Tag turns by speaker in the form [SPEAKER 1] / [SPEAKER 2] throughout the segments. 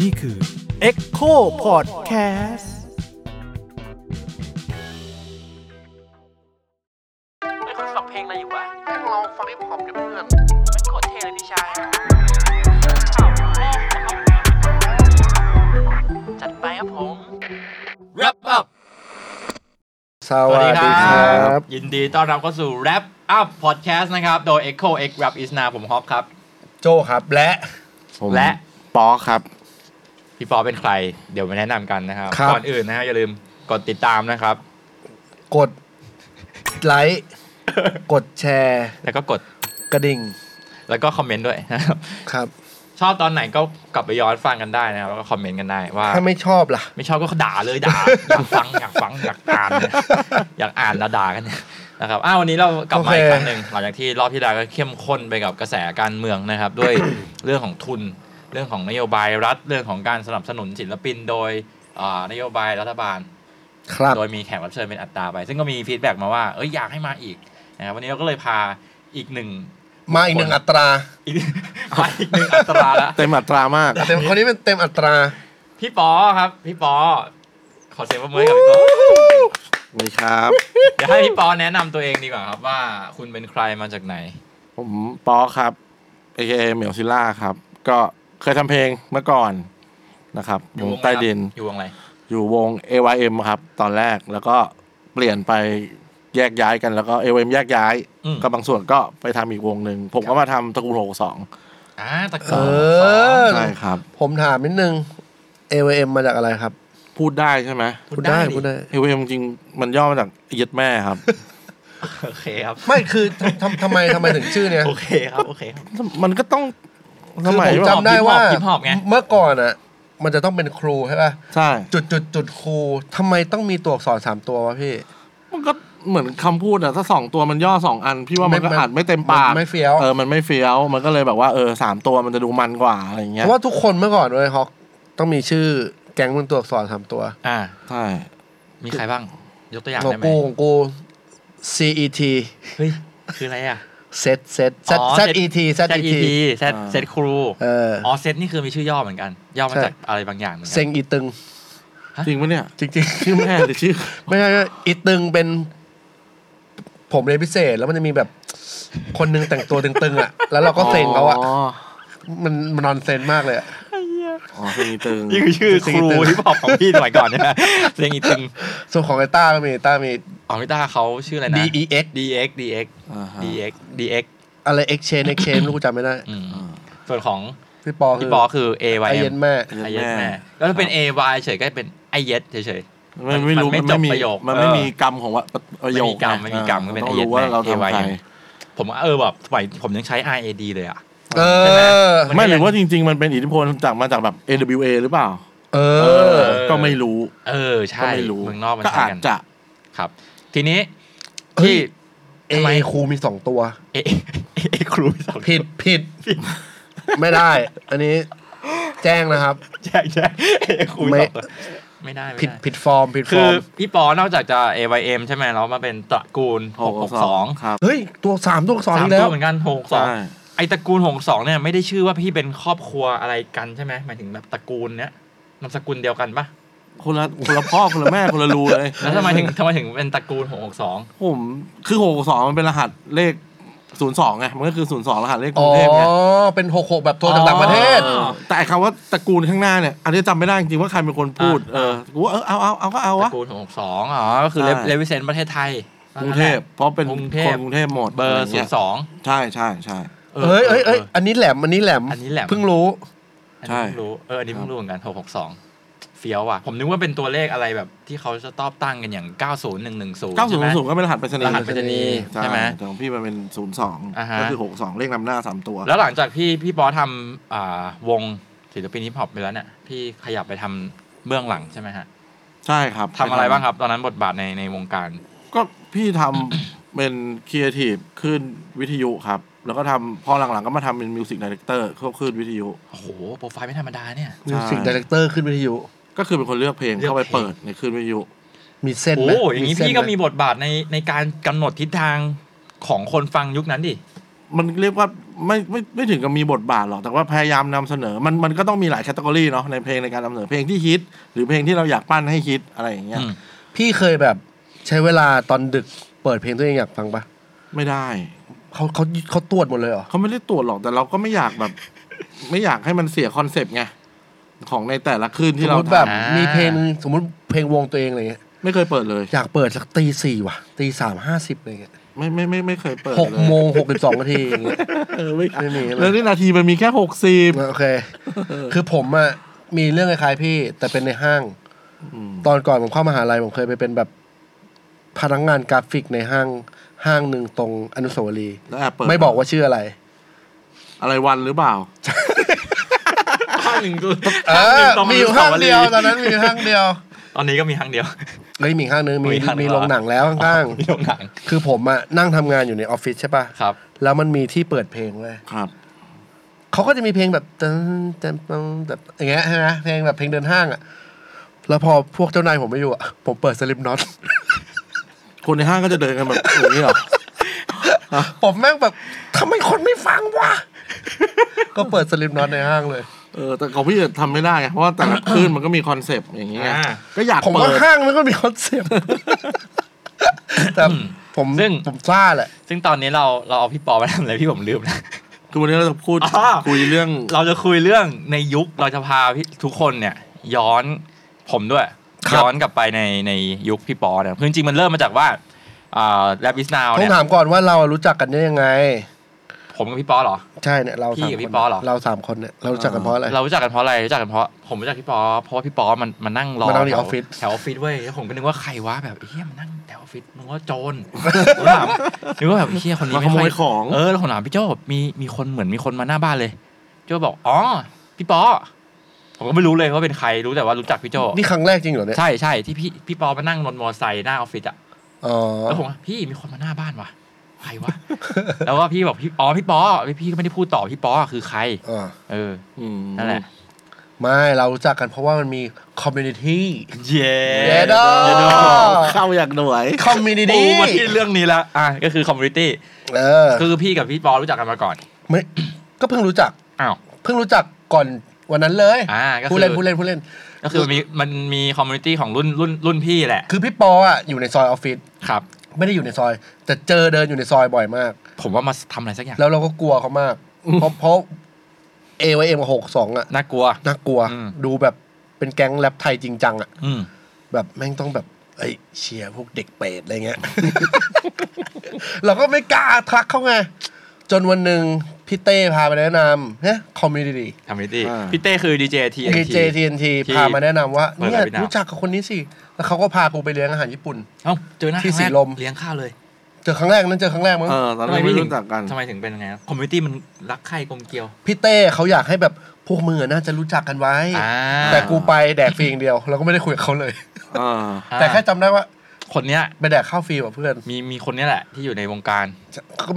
[SPEAKER 1] นี่คือ Echo Podcast
[SPEAKER 2] ไม่คุณฟังเพลงอะไรอยู่วะ
[SPEAKER 3] แม่งลองฟังฮิปฮอปดิเพื่อน
[SPEAKER 2] ไม่โคตรเท่เลยพี่ชาย จัดไปครับผม
[SPEAKER 4] Wrap Up
[SPEAKER 5] สวัสดีครับ
[SPEAKER 4] ยินดีต้อนรับเข้าสู่ Wrap Up Podcast นะครับ โดย Echo X Wrap Is Now ผมฮอปครับ
[SPEAKER 5] โจครับและ
[SPEAKER 6] ผม
[SPEAKER 4] และ
[SPEAKER 6] ปอครับ
[SPEAKER 4] พี่ปอเป็นใคร เดี๋ยวมาแนะนำกันนะครับ
[SPEAKER 5] ครับ
[SPEAKER 4] ก่อนอื่นนะฮะอย่าลืมกดติดตามนะครับ
[SPEAKER 5] กดไล ค์กดแชร์
[SPEAKER 4] แล้วก็กด
[SPEAKER 5] กระดิ่ง
[SPEAKER 4] แล้วก็คอมเมนต์ด้วยนะครับ
[SPEAKER 5] ครับ
[SPEAKER 4] ชอบตอนไหนก็กลับไปย้อนฟังกันได้นะครับ แล้วก็คอมเมนต์กันได้ว่า
[SPEAKER 5] ถ้าไม่ชอบล่ะ
[SPEAKER 4] ไม่ชอบก็ด่าเลยด่า อยากฟังอยากฟังอยากอ่านเนี่ยอยากอ่านแล้วด่ากันเนี่ยนะครับอ้าววันนี้เรากลับมา
[SPEAKER 5] โอเค
[SPEAKER 4] อีกครั้งหนึ่งหลังจากที่รอบที่แล้วก็เข้มข้นไปกับกระแสการเมืองนะครับ ด้วย เรื่องของทุน เรื่องของนโยบายรัฐเรื่องของการสนับสนุนศิลปินโดยเอ่อนโยบายรัฐบาล
[SPEAKER 5] ครับ
[SPEAKER 4] โดยมีแขกรับเชิญเป็นอัตตราไป ซึ่งก็มีฟีดแบ็กมาว่าเอ้ยอยากให้มาอีกนะครับวันนี้เราก็เลยพาอีกหนึ่ง
[SPEAKER 5] มาอีกหนึ่งอัตรา
[SPEAKER 4] อีก มาอีกหนึ่งอัตราละ
[SPEAKER 6] เต็มอัตรามาก
[SPEAKER 5] เต็มคนนี้เป็นเต็มอัตรา
[SPEAKER 4] พี่ปอครับพี่ปอขอเสียงปรบมือให้กับพี่ปอ
[SPEAKER 6] นี่ครับ
[SPEAKER 4] เดี๋ยวให้พี่ปอแนะนำตัวเองดีกว่าครับว่าคุณเป็นใครมาจากไหน
[SPEAKER 6] ผมปอครับ AKA เหมียวซิล่าครับ ก็เคยทำเพลงเมื่อก่อนนะครับ
[SPEAKER 4] อ
[SPEAKER 6] ว
[SPEAKER 4] ยู่
[SPEAKER 6] ง
[SPEAKER 4] วงอะไร
[SPEAKER 6] ใต้ดิน
[SPEAKER 4] ครับอยู่วงอะไร
[SPEAKER 6] อยู่วง AYM ครับ ตอนแรกแล้วก็เปลี่ยนไปแยกย้ายกันแล้วก็ AYM แยกย้าย
[SPEAKER 4] อืม
[SPEAKER 6] ก็บางส่วนก็ไปทำอีกวงหนึ่ง ผมก็มาทำตระกูลหกสอง
[SPEAKER 4] อ่าตะ
[SPEAKER 5] เอ
[SPEAKER 4] กู
[SPEAKER 5] อ
[SPEAKER 6] ใช่ครับ
[SPEAKER 5] ผมถามนิดนึง a v m มาจากอะไรครับ
[SPEAKER 6] พูดได้ใช่ไหม
[SPEAKER 5] พูดได้พูดได้
[SPEAKER 6] AYM จริงๆมันย่อมาจากยึดแม่ครับ
[SPEAKER 4] โอเคครับ
[SPEAKER 5] ไม่คือทำทำทำไมทำไมถึงชื่อเนี้ย
[SPEAKER 4] โอเคครับโอเคครับ
[SPEAKER 6] มันก็ต้องสมัย
[SPEAKER 5] คือผ
[SPEAKER 6] แบบ
[SPEAKER 5] จำได้ว่า
[SPEAKER 4] ฮิปฮอปไง
[SPEAKER 5] เมื่อก่อนอ่ะ มันจะต้องเป็นครูใช่ป่ะ
[SPEAKER 6] ใช่
[SPEAKER 5] จุดจุดจุดครูทำไมต้องมีตัวอักษรสามตัววะพี่
[SPEAKER 6] มันก็เหมือนคำพูดอะถ้าสองตัวมันย่อสองอัน พี่ว่ามันก็
[SPEAKER 5] ไม่ไม่
[SPEAKER 6] อ่านไม่เต็มปาก
[SPEAKER 5] มันไม่เฟี้ยว
[SPEAKER 6] เออมันไม่เฟี้ยวมันก็เลยแบบว่าเออสามตัวมันจะดูมันกว่าอะไรอย่าง
[SPEAKER 5] เพ
[SPEAKER 6] เงี้ย
[SPEAKER 5] ราะว่าทุกคนเมื่อก่อนเลยฮอกต้องมีชื่อแก๊งเป็นตัวอักษรสามตัว
[SPEAKER 4] อ่า
[SPEAKER 6] ใช่
[SPEAKER 4] มีใครบ้าง ยกตัวอย่าง
[SPEAKER 5] ของ
[SPEAKER 4] ได้ไหม
[SPEAKER 5] กูของกู CET
[SPEAKER 4] เฮ้ยคืออะไรอ่ะ
[SPEAKER 5] set set
[SPEAKER 4] อ๋อ
[SPEAKER 5] Z ET Z ET
[SPEAKER 4] ZET Z Z ครู
[SPEAKER 5] เออ
[SPEAKER 4] อ๋อเซตนี่คือมีชื่อย่อเหมือนกัน ย่อมา
[SPEAKER 5] ใช่
[SPEAKER 4] จากอะไรบางอย่างเหมือนกั
[SPEAKER 5] เซ็งอีตึง
[SPEAKER 6] จริงปะเนี่ย
[SPEAKER 5] จริง
[SPEAKER 6] ชื่อแม่หรือ ชื่อ
[SPEAKER 5] ๆ ไม่ใช่อีตึงเป็น ผมเรียนพิเศษแล้วมันจะมีแบบ คนหนึงแต่งตัวตึงๆอ่ะ แล้วเราก็เซ็งเขาอ่ะ มันมันนอนเซนมากเลยอะ
[SPEAKER 6] อ๋อเพลงตึง
[SPEAKER 4] นี่คือชื่อครู
[SPEAKER 5] เซ็งอีตึง
[SPEAKER 4] ฮิปฮอปของพี่สมัยก่อนเนยนะเซงอีตึง
[SPEAKER 5] ส่วนของไอต้าก็มีไอ้ต้ามี
[SPEAKER 4] อ๋อพี่ต้าเขาชื่ออะไรนะ
[SPEAKER 5] DEX
[SPEAKER 4] DX DX
[SPEAKER 6] อ่าฮะ
[SPEAKER 4] DX DX
[SPEAKER 5] อะไร exchange exchange ไม่รู้กูจำไม่ได้
[SPEAKER 4] อืมส่วนของ
[SPEAKER 5] พี่ปอคื
[SPEAKER 4] พี่
[SPEAKER 5] อ
[SPEAKER 4] ปอคือ A
[SPEAKER 5] ไอ
[SPEAKER 4] Y
[SPEAKER 5] เย็
[SPEAKER 4] M
[SPEAKER 5] นแม่
[SPEAKER 4] ไอเย็ดแม่ แล้วถ้าเป็น A Y เฉยก็เป็นไอเย็ดเฉย
[SPEAKER 6] ไม่ไม่รู้
[SPEAKER 4] มันไม่
[SPEAKER 6] มัน
[SPEAKER 4] จ
[SPEAKER 6] ไม่
[SPEAKER 4] บ
[SPEAKER 6] มี
[SPEAKER 4] ประโยค
[SPEAKER 6] มันไม่
[SPEAKER 4] เออ
[SPEAKER 6] มีกรรมของว่าประโยค
[SPEAKER 4] ไม่มีกรรมไม่มีกรรมก็เป็น
[SPEAKER 6] ต้อ
[SPEAKER 4] ไอ้
[SPEAKER 6] ง
[SPEAKER 4] เหี้ย
[SPEAKER 6] รู้ว่า
[SPEAKER 4] แม่
[SPEAKER 6] เราทำใคร
[SPEAKER 4] AYM ๆ ผมว่าเออแบบสมัยผมยังใช้ I A D เลยอ่ะ
[SPEAKER 5] เออ
[SPEAKER 4] มันก็ยัง
[SPEAKER 6] ไม่หรือว่าจริง ๆ มันเป็นอิทธิพลจากมาจากแบบ AWA หรือเปล่า
[SPEAKER 5] เอ
[SPEAKER 6] เอ
[SPEAKER 5] อ
[SPEAKER 6] อ ก็ไม่รู้
[SPEAKER 4] เออ
[SPEAKER 6] ก็
[SPEAKER 4] ใช่
[SPEAKER 6] ไม่รู้
[SPEAKER 4] เมืองนอกมัน
[SPEAKER 6] ก็
[SPEAKER 4] ใช้
[SPEAKER 6] อาจ
[SPEAKER 4] กัน
[SPEAKER 6] จะ
[SPEAKER 4] ครับ ทีนี้
[SPEAKER 5] เฮ้
[SPEAKER 4] ที่
[SPEAKER 5] ย
[SPEAKER 4] ทำไม
[SPEAKER 5] A ครูมีสองตัว
[SPEAKER 4] เอเอครูสอง
[SPEAKER 5] ผิดผิด ไม่ได้ อันนี้แจ้งนะครับ
[SPEAKER 4] แจ้งแจ้งเอครู
[SPEAKER 5] ไม่
[SPEAKER 4] สองไม่ได้ไม่
[SPEAKER 5] ผิด
[SPEAKER 4] ได้
[SPEAKER 5] ผิดฟอร์มผิดฟ
[SPEAKER 4] คือ อ
[SPEAKER 5] ร์ม
[SPEAKER 4] พี่ปอนอกจากจะ A Y M ใช่ไหมแล้วมาเป็นตระกูลหกหกสอง
[SPEAKER 6] ครับ
[SPEAKER 5] เฮ้ย ตัวสามตัวอักษร
[SPEAKER 4] สาม
[SPEAKER 5] อีกแล้
[SPEAKER 4] ตัว
[SPEAKER 5] ว
[SPEAKER 4] เหมือนกันหกสอง
[SPEAKER 6] ใช่
[SPEAKER 4] ไอตระกูลหงสองเนี่ยไม่ได้ชื่อว่าพี่เป็นครอบครัวอะไรกันใช่ไหมหมายถึงแบบตระกูลเนี้ยนามสกุลเดียวกันปะ
[SPEAKER 6] คนละคนละพ่อคนละแม่คนละรูเลย
[SPEAKER 4] แล้วทำไมถึงทำไมถึงเป็นตระกูลหงหกสอง
[SPEAKER 6] ผมคือหกสองมันเป็นรหัสเลขศูนย์สองไงมันก็คือศูนย์สองรหัสเลขก
[SPEAKER 5] อ๋
[SPEAKER 6] รุ
[SPEAKER 5] อ
[SPEAKER 6] งเทพไง
[SPEAKER 5] เป็นหกหกแบบตัวจากต่างประเทศ
[SPEAKER 6] เออแต่ไอ้คำว่าตระกูลข้างหน้าเนี่ย อันนี้จำไม่ได้จริงๆว่าใครเป็นคนพูดเออกูว่าเออเอาเอาเอาก็เอา
[SPEAKER 4] ต
[SPEAKER 6] วะ
[SPEAKER 4] ระกูลหงหกสองอ๋อก็คือเล
[SPEAKER 6] ใช่
[SPEAKER 4] เลวิเซนประเทศไทย
[SPEAKER 6] กรุงเทพเพราะเป็น
[SPEAKER 4] กรุงเทพ
[SPEAKER 6] คนกรุงเทพหมด
[SPEAKER 4] เบอร์
[SPEAKER 6] ะไ
[SPEAKER 4] ศูนย์สอง
[SPEAKER 6] ใช่ใช่ใช่
[SPEAKER 5] เอ้ยเอ้ยเอ้ยอันนี้แหลม อันนี้แหลม
[SPEAKER 4] อันนี้แหละ
[SPEAKER 5] เพิ่งรู้
[SPEAKER 4] อัน
[SPEAKER 6] ใช่
[SPEAKER 4] นี้เพิ่งรู้เอออันนี้เพิ่งรู้เหมือนกันหกหกสองเฟี้ยวว่ะ ผมนึกว่าเป็นตัวเลขอะไรแบบที่เขาจะตอบตั้งกันอย่าง 9 0 1 1 0
[SPEAKER 6] เก้าศูนย์
[SPEAKER 4] ใช่ไหม
[SPEAKER 6] ศูนย์ก็เป็นรหัสไปรษณี
[SPEAKER 4] ร
[SPEAKER 6] ย์
[SPEAKER 4] หัสไปรษณีย์ใช่ไหม
[SPEAKER 6] แต่ของพี่มันเป็นศูนย์สอง
[SPEAKER 4] อ่าฮะ
[SPEAKER 6] ก็คือหกสองเลขนำหน้าสามตัว
[SPEAKER 4] แล้วหลังจากพี่พี่ปอทำอ่าวงศิลปินฮิปฮอปไปแล้วเนี่ยพี่ขยับไปทำเบื้องหลังใช่ไหมฮะ
[SPEAKER 6] ใช่ครับ
[SPEAKER 4] ทำอะไรบ้างครับ ตอนนั้นบทบาทในในวงการ
[SPEAKER 6] ก็พี่ทำ เป็นครีเอทีฟขึ้นวิทยุครับ แล้วก็ทำพอหลังๆก็มาทำเป็นมิวสิกดีเรคเตอร์เข้าขึ้นวิทยุ
[SPEAKER 4] โอ้โห โปรไฟล์ไม่ธรรมดาเนี่ย
[SPEAKER 5] มิวสิกดีเลกเตอร์ขึ้นวิทยุ
[SPEAKER 6] ก็คือเป็นคนเลือกเพลง
[SPEAKER 4] เลือก
[SPEAKER 6] เข้าไป
[SPEAKER 4] เพลง
[SPEAKER 6] เปิดในขึ้นวิทยุ
[SPEAKER 5] มีเส้น
[SPEAKER 4] โอ้
[SPEAKER 5] ไหม
[SPEAKER 4] อย่างนี้
[SPEAKER 5] เส้น
[SPEAKER 4] พี่ก็มี
[SPEAKER 5] ไห
[SPEAKER 4] บทบาทในในการกำหนดทิศทางของคนฟังยุคนั้นดิ
[SPEAKER 6] มันเรียกว่าไม่ไม่ไม่ถึงกับมีบทบาทหรอก แต่ว่าพยายามนำเสนอ มันมันก็ต้องมีหลายแคตตาล็อกเนาะในเพลงในการนำเสนอเพลงที่ฮิต หรือเพลงที่เราอยากปั้นให้ฮิตอะไรอย่างเงี้ย
[SPEAKER 4] อืม
[SPEAKER 5] พี่เคยแบบใช้เวลาตอนดึกเปิดเพลงตัวเองอยากฟังปะ
[SPEAKER 6] ไม่ได้
[SPEAKER 5] เขาเขาเขาตรวจหมดเลยเหรอ
[SPEAKER 6] เขาไม่ได้ตรวจหรอกแต่เราก็ไม่อยากแบบ ไม่อยากให้มันเสียคอนเซปต์ไงของในแต่ละคลื่น
[SPEAKER 5] ส
[SPEAKER 6] ที่
[SPEAKER 5] ม
[SPEAKER 6] เรา
[SPEAKER 5] มติแบบ
[SPEAKER 4] อ่า
[SPEAKER 5] มี
[SPEAKER 4] มี
[SPEAKER 5] เพลงนึงสมมติเพลงวงตัวเองอะไรเงี้ย
[SPEAKER 6] ไม่เคยเปิดเลย
[SPEAKER 5] อยากเปิดสักตีสี่ว่ะตีสามห้าสิบอะไรเงี้ย
[SPEAKER 6] ไม่ไม่ไม่ไม่เคยเปิด
[SPEAKER 5] หก
[SPEAKER 6] เลย
[SPEAKER 5] โมงหกสิบสองนาทีอย่างเงี้ย
[SPEAKER 6] เออไม่
[SPEAKER 5] ไม่มีเลย
[SPEAKER 6] แล้วนี่นาทีมันมีแค่หกสิบ
[SPEAKER 5] โอเค คือผมอะมีเรื่องคล้ายๆพี่ แต่เป็นในห้าง ตอนก่อนผมเข้ามหาลัยผมเคยไปเป็นแบบพนักงานกราฟิกในห้างห้างหนึ่งตรงอนุสาวรีย์
[SPEAKER 6] แล้วแอบเปิด
[SPEAKER 5] ไม่บอกว่าชื่ออะไร
[SPEAKER 6] อะไรวันหรือเปล่า
[SPEAKER 4] ห้างหนึ่งตัว
[SPEAKER 5] เออมีอยู่ห้างเดียวตอนนั้นมีอยู่ห้างเดียว
[SPEAKER 4] ตอนนี้ก็มีห้างเดียว
[SPEAKER 5] เฮ้ยมีอีกห้างนึงมี
[SPEAKER 4] มีอีกห้างหนึ่
[SPEAKER 5] มี
[SPEAKER 4] งเหรอ
[SPEAKER 5] โรงหนังแล้วข้าง
[SPEAKER 4] มีโรงหนัง
[SPEAKER 5] ๆคือผมอะนั่งทำงานอยู่ในออฟฟิศใช่ป่ะ
[SPEAKER 4] ครับ
[SPEAKER 5] แล้วมันมีที่เปิดเพลงเว้ย
[SPEAKER 6] ครับ
[SPEAKER 5] เขาก็จะมีเพลงแบบตึ้งตึ้งตึ้งแบบอย่างเงี้ยใช่ไหมเพลงแบบเพลงเดินห้างอ่ะ แล้วพอพวกเจ้านายผมไม่อยู่อ่ะ ผมเปิดสลิปน็อต
[SPEAKER 6] คนในห้างก็จะเดินกันแบบ อย่างนี้เหรอ
[SPEAKER 5] ผมแม่งแบบทำไมคนไม่ฟังวะ ก็เปิดสลิปน็อตในห้างเลย
[SPEAKER 6] เออแต่ของพี่จะทำไม่ได้ไงเพราะว่าแต่ละคลื่นมันก็มีคอนเซปต์อย่างเงี้ย
[SPEAKER 4] อ่า
[SPEAKER 6] ก็อยาก
[SPEAKER 5] ผม
[SPEAKER 6] เปิ
[SPEAKER 5] ว่า
[SPEAKER 6] ด
[SPEAKER 5] ห้างมันก็มีคอนเซปต์ แต่ผม
[SPEAKER 4] ซึ่ง
[SPEAKER 5] ผมซ่าแหละ
[SPEAKER 4] ซึ่งตอนนี้เราเราเอาพี่ปอมาทำอะไรพี่ผมลืมนะ
[SPEAKER 6] คือวันนี้เราจะพูด
[SPEAKER 4] อ่า
[SPEAKER 6] คุยเรื่อง
[SPEAKER 4] เราจะคุยเรื่องในยุคเราจะพาพี่ทุกคนเนี่ย ย้อนผมด้วย
[SPEAKER 5] ครับ
[SPEAKER 4] ย้อนกลับไปในในยุคพี่ปอเนี่ยคือจริงๆมันเริ่มมาจากว่าแรปบิสนาว
[SPEAKER 5] ต้อ
[SPEAKER 4] เนี่
[SPEAKER 5] ง
[SPEAKER 4] ย
[SPEAKER 5] ถามก่อนว่าเรารู้จักกันได้ยังไง
[SPEAKER 4] ผมกับพี่ปอเหรอ
[SPEAKER 5] ใช่เนี่ยเรา
[SPEAKER 4] พี่
[SPEAKER 5] สาม
[SPEAKER 4] กับ
[SPEAKER 5] ค
[SPEAKER 4] พี่
[SPEAKER 5] น
[SPEAKER 4] ปอเหรอ
[SPEAKER 5] เราสามคนเนี่ยเรารู้จักกันเพราะอะไร
[SPEAKER 4] เรารู้จักกันเพราะอะไรรู้จักกันเพราะผมรู้จักพี่ปอเพราะว่าพี่ปอมันมันนั่งรอ
[SPEAKER 5] มานั่งใน
[SPEAKER 4] แถ
[SPEAKER 5] อ
[SPEAKER 4] ว
[SPEAKER 5] อฟฟิศ
[SPEAKER 4] แถวออฟฟิศเว้ยแล้วผมก็นึกว่าใครวะแบบเฮียมันนั่งแถวออฟฟิศนึกว่าโจ รผมถามนึกว่าแบบเฮียคนนี้
[SPEAKER 6] มา
[SPEAKER 4] ไม่ค่
[SPEAKER 6] ขโม
[SPEAKER 4] อย
[SPEAKER 6] ยของ
[SPEAKER 4] เออแล้วผมถามพี่โจ้มีมีคนเหมือนมีคนมาหน้าบ้านเลยโจ้บอกอ๋อพี่ปอผมก็ไม่รู้เลยว่าเป็นใครรู้แต่ว่ารู้จักพี่โจ้
[SPEAKER 5] นี่ครั้งแรกจริงเหรอเนี่ย
[SPEAKER 4] ใช่ใช่ที่พี่พี่ปอมานั่งรถมอเตอร์ไซค์หน้าออฟฟิศอะ
[SPEAKER 5] อ๋อ
[SPEAKER 4] แล้วผมว่าพี่มีคนมาหน้าบ้านว่ะใครวะ แล้วก็พี่บอกพี่อ๋อพี่ปอพี่ก็ไม่ได้พูดต่อพี่ปอคือใคร
[SPEAKER 5] อ่า
[SPEAKER 4] เออ
[SPEAKER 6] อืม
[SPEAKER 4] นั่นแหละ
[SPEAKER 5] ไม่เรารู้จักกันเพราะว่ามันมีคอมมูนิ ตี้
[SPEAKER 4] เย้
[SPEAKER 5] เย้ดอ
[SPEAKER 6] เดี๋ยวเดี๋ยวเข้าอยากหน่วย
[SPEAKER 5] คอมมูนิ
[SPEAKER 4] ปู
[SPEAKER 5] ตี้
[SPEAKER 4] มาที่เรื่องนี้ละอ่ะก็คือคอมมูนิตี้
[SPEAKER 5] เออ
[SPEAKER 4] คือพี่กับพี่ปอรู้จักกันมาก่อน
[SPEAKER 5] ไม่ก็เพิ่งรู้จัก
[SPEAKER 4] อ้าว
[SPEAKER 5] เพิ่งรู้จักก่อนวันนั้นเลย
[SPEAKER 4] อ่าก็
[SPEAKER 5] พู
[SPEAKER 4] คื
[SPEAKER 5] ด
[SPEAKER 4] อ
[SPEAKER 5] เล่นพูดเล่นพูดเล่น
[SPEAKER 4] ก็คือมันมีมันมีคอมมูนิตี้ของรุ่นรุ่นรุ่นพี่แหละ
[SPEAKER 5] คือพี่ปออ่ะอยู่ในซอยออฟฟิศ
[SPEAKER 4] ครับ
[SPEAKER 5] ไม่ได้อยู่ในซอย แต่เจอเดินอยู่ในซอยบ่อยมาก
[SPEAKER 4] ผมว่ามาทำอะไรสักอย่าง
[SPEAKER 5] แล้วเราก็กลัวเขามาก เพราะเพราะเอไวเอ็มหกสองอ่ะ
[SPEAKER 4] น่ากลัว
[SPEAKER 5] น่ากลัว
[SPEAKER 4] อืม
[SPEAKER 5] ดูแบบเป็นแก๊งแรปไทยจริงจังอ่ะ
[SPEAKER 4] อืม
[SPEAKER 5] แบบแม่งต้องแบบไอ้ยเชียร์พวกเด็กเปรตอะไรเงี้ย เราก็ไม่กล้าทักเขาไง จนวันหนึ่งพี่เต้พาไปแนะนำเนี่ยคอมมูนิตี้
[SPEAKER 4] คอมมูนิตี้
[SPEAKER 6] อ่า
[SPEAKER 4] พี่เต้คือดีเจที
[SPEAKER 5] ดีเจทีนที
[SPEAKER 4] ที่
[SPEAKER 5] พามาแนะนำว่า
[SPEAKER 4] เปิด
[SPEAKER 5] เนี่ย
[SPEAKER 4] ร้านพี่ดาว
[SPEAKER 5] รู้จักกับคนนี้สิ แล้วเขาก็พากูไปเลี้ยงอาหารญี่ปุ่น
[SPEAKER 4] เอ้าเจอหน้า
[SPEAKER 5] ที่
[SPEAKER 4] ครั้งแรก
[SPEAKER 5] สีลม
[SPEAKER 4] เลี้ยงข้าวเลย
[SPEAKER 5] เจอครั้งแรกนั้นเจอครั้งแรกมั้ง
[SPEAKER 6] เออตอนนั้นไม่รู้จักกัน
[SPEAKER 4] ทำไมถึงเป็นยังไงคอมมูนิตี้มันรักใครกลมเกลียว
[SPEAKER 5] พี่เต้เขาอยากให้แบบพวกมือน่าจะรู้จักกันไว้
[SPEAKER 4] อ่า
[SPEAKER 5] แต่กูไปแดกฟรีอย่างเดียวเราก็ไม่ได้คุยกับเขาเลย
[SPEAKER 6] เออ
[SPEAKER 5] แต่แค่จำได้ว่า
[SPEAKER 4] คนเนี้ย
[SPEAKER 5] ไปแดกข้าวฟรีกับเพื่อน
[SPEAKER 4] มีมีคนเนี้ยแหละที่อยู่ในวงการ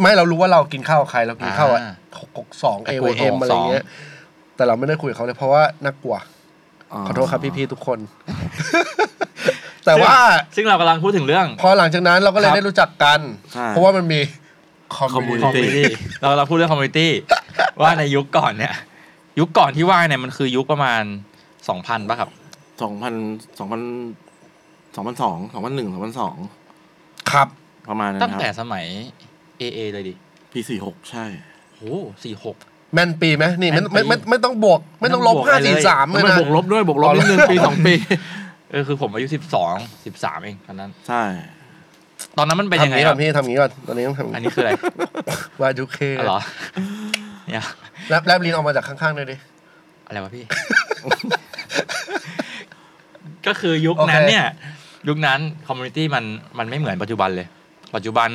[SPEAKER 5] ไม่เรารู้ว่าเรากินข้าวกับใครเรากินข้าวอะ
[SPEAKER 4] อ่า
[SPEAKER 5] หกหกสอง
[SPEAKER 4] แต่
[SPEAKER 5] เอ
[SPEAKER 4] กู
[SPEAKER 5] วเอ็ม
[SPEAKER 4] หกหกสอง
[SPEAKER 5] อะไรเงี้ยแต่เราไม่ได้คุยกับเขาเลยเพราะว่าน่ากลัวขอโทษครับพี่ๆทุกคน แต่ว่า
[SPEAKER 4] ซึ่งเรากำลังพูดถึงเรื่อง
[SPEAKER 5] พอหลังจากนั้นเราก็เลย
[SPEAKER 4] ครับ
[SPEAKER 5] ได้รู้จักกัน
[SPEAKER 6] ใช่
[SPEAKER 5] เพราะว่ามันมีคอมมู
[SPEAKER 6] community
[SPEAKER 4] คอมมูนิตี้เราเราพูดเรื่องคอมมูนิตี้ ว่าในยุคก่อนเนี่ย ยุคก่อนที่ว่าเนี่ยมันคือยุคประมาณ 2,000ป่ะครับ
[SPEAKER 6] สองพันสองพันสองพันสองสองพันหนึ่งสองพันสอง
[SPEAKER 5] ครับ
[SPEAKER 6] ประมาณนั้น
[SPEAKER 4] ตั้ง
[SPEAKER 6] ค
[SPEAKER 4] แต่
[SPEAKER 6] รับ
[SPEAKER 4] สมัย AA เลยดิ
[SPEAKER 6] ปีสี่หกใช่
[SPEAKER 4] โหสี่หก
[SPEAKER 5] แม่นปีไหมนี่ไม่
[SPEAKER 4] แม่นปี
[SPEAKER 5] ไม่ไม่ไม่ต้องบวก ไม่ต้องลบ
[SPEAKER 4] ไม่ต้องบวก
[SPEAKER 5] ห้า
[SPEAKER 4] อะไร
[SPEAKER 5] สี่
[SPEAKER 4] เลย
[SPEAKER 5] สามเล
[SPEAKER 6] ไม่
[SPEAKER 5] ยนะ
[SPEAKER 6] บวกลบด้วยบวกลบนิดนึงปีสองปี
[SPEAKER 4] เออคือผมอายุ 12 13 เองตอนนั้น
[SPEAKER 6] ใช่
[SPEAKER 4] ตอนนั้นมันเป็นยัง
[SPEAKER 5] ทำ
[SPEAKER 4] ไง
[SPEAKER 5] นี้
[SPEAKER 4] ค
[SPEAKER 5] ก่
[SPEAKER 4] รั
[SPEAKER 5] อบ นพี่ทำนี้ก่อนตอนนี้ต้องทำ
[SPEAKER 4] อันนี้คืออะไร
[SPEAKER 5] วายูเค
[SPEAKER 4] อ๋อเหรอเนี่ย
[SPEAKER 5] แลบแลบลิ้นออกมาจากข้างๆเลยดิ
[SPEAKER 4] อะไรวะพี่ ก็คือยุคนั้น
[SPEAKER 5] โอเค
[SPEAKER 4] เนี่ย ยุคนั้นคอมมูนิตี้มันมันไม่เหมือนปัจจุบันเลย ปัจจุบัน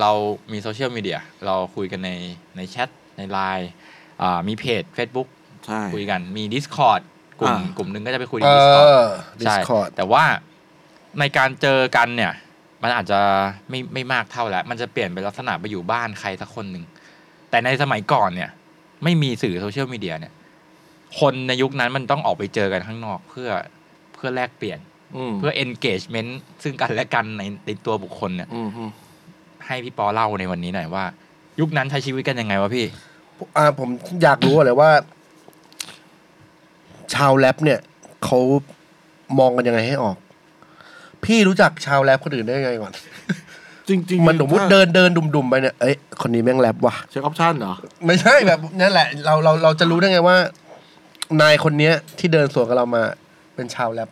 [SPEAKER 4] เรามีโซเชียลมีเดียเราคุยกันในในแชทในไลน์อ่ามีเพจ Facebook
[SPEAKER 6] ใช่
[SPEAKER 4] คุยกันมี Discord กลุ่ม
[SPEAKER 6] อ่ากก
[SPEAKER 4] ลุ่มหนึงก็จะไปคุยใน
[SPEAKER 5] เอ
[SPEAKER 4] Discord
[SPEAKER 5] อ
[SPEAKER 4] ใช่
[SPEAKER 5] Discord
[SPEAKER 4] แต่ว่าในการเจอกันเนี่ย มันอาจจะไม่ไม่มากเท่าแล้ว มันจะเปลี่ยนเป็นลักษณะไปอยู่บ้านใครสักคนหนึ่ง แต่ในสมัยก่อนเนี่ย ไม่มีสื่อโซเชียลมีเดียเนี่ย คนในยุคนั้นมันต้องออกไปเจอกันข้างนอกเพื่อเพื่อแลกเปลี่ยน
[SPEAKER 6] อืม
[SPEAKER 4] เพื่อ engagement ซึ่งกันและกันในในตัวบุคคลเนี่ย
[SPEAKER 6] อืมอืม
[SPEAKER 4] ให้พี่ปอเล่าในวันนี้หน่อยว่า ยุคนั้นใช้ชีวิตกันยังไงวะพี่
[SPEAKER 5] อ่าผมอยากรู้เลยว่า ชาวแรปเนี่ยเขามองกันยังไงให้ออก พี่รู้จักชาวแรปคนอื่นได้ยังไงก่อน
[SPEAKER 6] จริง
[SPEAKER 5] มันสมมติเดินเดินดุมๆไปเนี่ยเอ้ยคนนี้แม่งแรปว่ะ
[SPEAKER 6] เช็คออปชั่นเหรอ
[SPEAKER 5] ไม่ใช่แบบนั่นแหละ เราเราเราจะรู้ได้ไงว่า นายคนเนี้ย ที่เดินสวนกับเรามาเป็นชาวแรป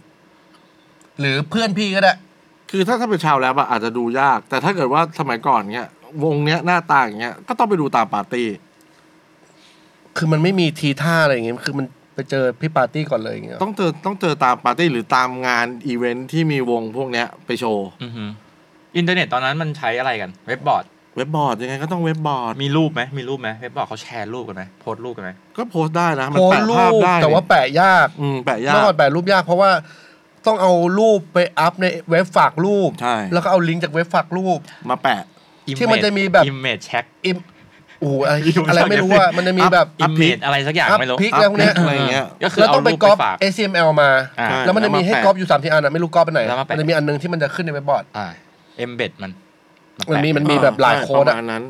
[SPEAKER 5] หรือเพื่อนพี่ก็ได้
[SPEAKER 6] คือถ้าถ้าเป็นชาวแรปอะอาจจะดูยาก แต่ถ้าเกิดว่าสมัยก่อนเนี้ยวงเนี้ยหน้าตาอย่างเงี้ยก็ต้องไปดูตามปาร์ตี้
[SPEAKER 5] คือมันไม่มีทีท่าอะไรอย่างเงี้ยคือมันไปเจอพี่ปาร์ตี้ก่อนเลยอย่างเงี้ย
[SPEAKER 6] ต้องเจอต้องเจอตามปาร์ตี้หรือตามงานอีเวนท์ที่มีวงพวกเนี้ยไปโชว์
[SPEAKER 4] อือหืออินเทอร์เน็ตตอนนั้นมันใช้อะไรกันเว็บบอร์ด
[SPEAKER 6] เว็บบอร์ดยังไงก็ต้องเว็บบอร์ด
[SPEAKER 4] มีรูปไหมมีรูปไหมเว็บบอร์ดเขาแชร์รูปกันไหมโพสต์รูปกันไหม
[SPEAKER 6] ก็โพสต์ได้นะ มัน
[SPEAKER 5] โพส
[SPEAKER 6] แปะ
[SPEAKER 5] ต์รู
[SPEAKER 6] ภาพ
[SPEAKER 5] ป
[SPEAKER 6] ได้
[SPEAKER 5] แต่ว่าแปะยาก
[SPEAKER 6] อืมแปะยา
[SPEAKER 5] เมื่อก่
[SPEAKER 6] ก
[SPEAKER 5] อนแปะรูปยากเพราะว่าต้องเอารูปไปอัพในเว็บฝากรูป
[SPEAKER 6] ใช่
[SPEAKER 5] แล้วก็เอาลิงก์จากเว็บฝากรูป
[SPEAKER 6] มาแปะ
[SPEAKER 5] ที่มันจะมีแบบ
[SPEAKER 4] อิมเมจแช็ค
[SPEAKER 5] อิมโอ้โหอะไรอะไรไม่รู้ว่ามันจะมีแบบ
[SPEAKER 4] อิมเมจอะไรสักอย่าง
[SPEAKER 5] อัพ
[SPEAKER 4] ไม่รู้
[SPEAKER 5] พิกอะไรพวกเนี้ย
[SPEAKER 6] อะไรเงี้ย
[SPEAKER 4] ก็คือ
[SPEAKER 5] แล้ว
[SPEAKER 4] เอา
[SPEAKER 5] ต้อง
[SPEAKER 4] รู
[SPEAKER 5] ไป
[SPEAKER 4] ป
[SPEAKER 5] ก๊
[SPEAKER 4] ไป
[SPEAKER 5] อป
[SPEAKER 4] ฝาก
[SPEAKER 5] ACML มา
[SPEAKER 4] อ่า
[SPEAKER 6] ใช่
[SPEAKER 5] แล้วมันจะมีให้
[SPEAKER 6] แล้วมาแปะ
[SPEAKER 5] ก๊อปอยู่สามสี่อันอะไม่รู้ก๊อปไปไหน
[SPEAKER 4] แล้วมาแปะ
[SPEAKER 5] มันจะมีอันหนึงที่มันจะขึ้นในเว็บบอร์ด
[SPEAKER 4] อ่าเอมเบดมัน
[SPEAKER 5] มันมี
[SPEAKER 4] แปะ
[SPEAKER 5] มันมีแบบหลาย
[SPEAKER 6] ใช่
[SPEAKER 5] โค้ด
[SPEAKER 6] ประ
[SPEAKER 5] อะ
[SPEAKER 6] มาณนั้น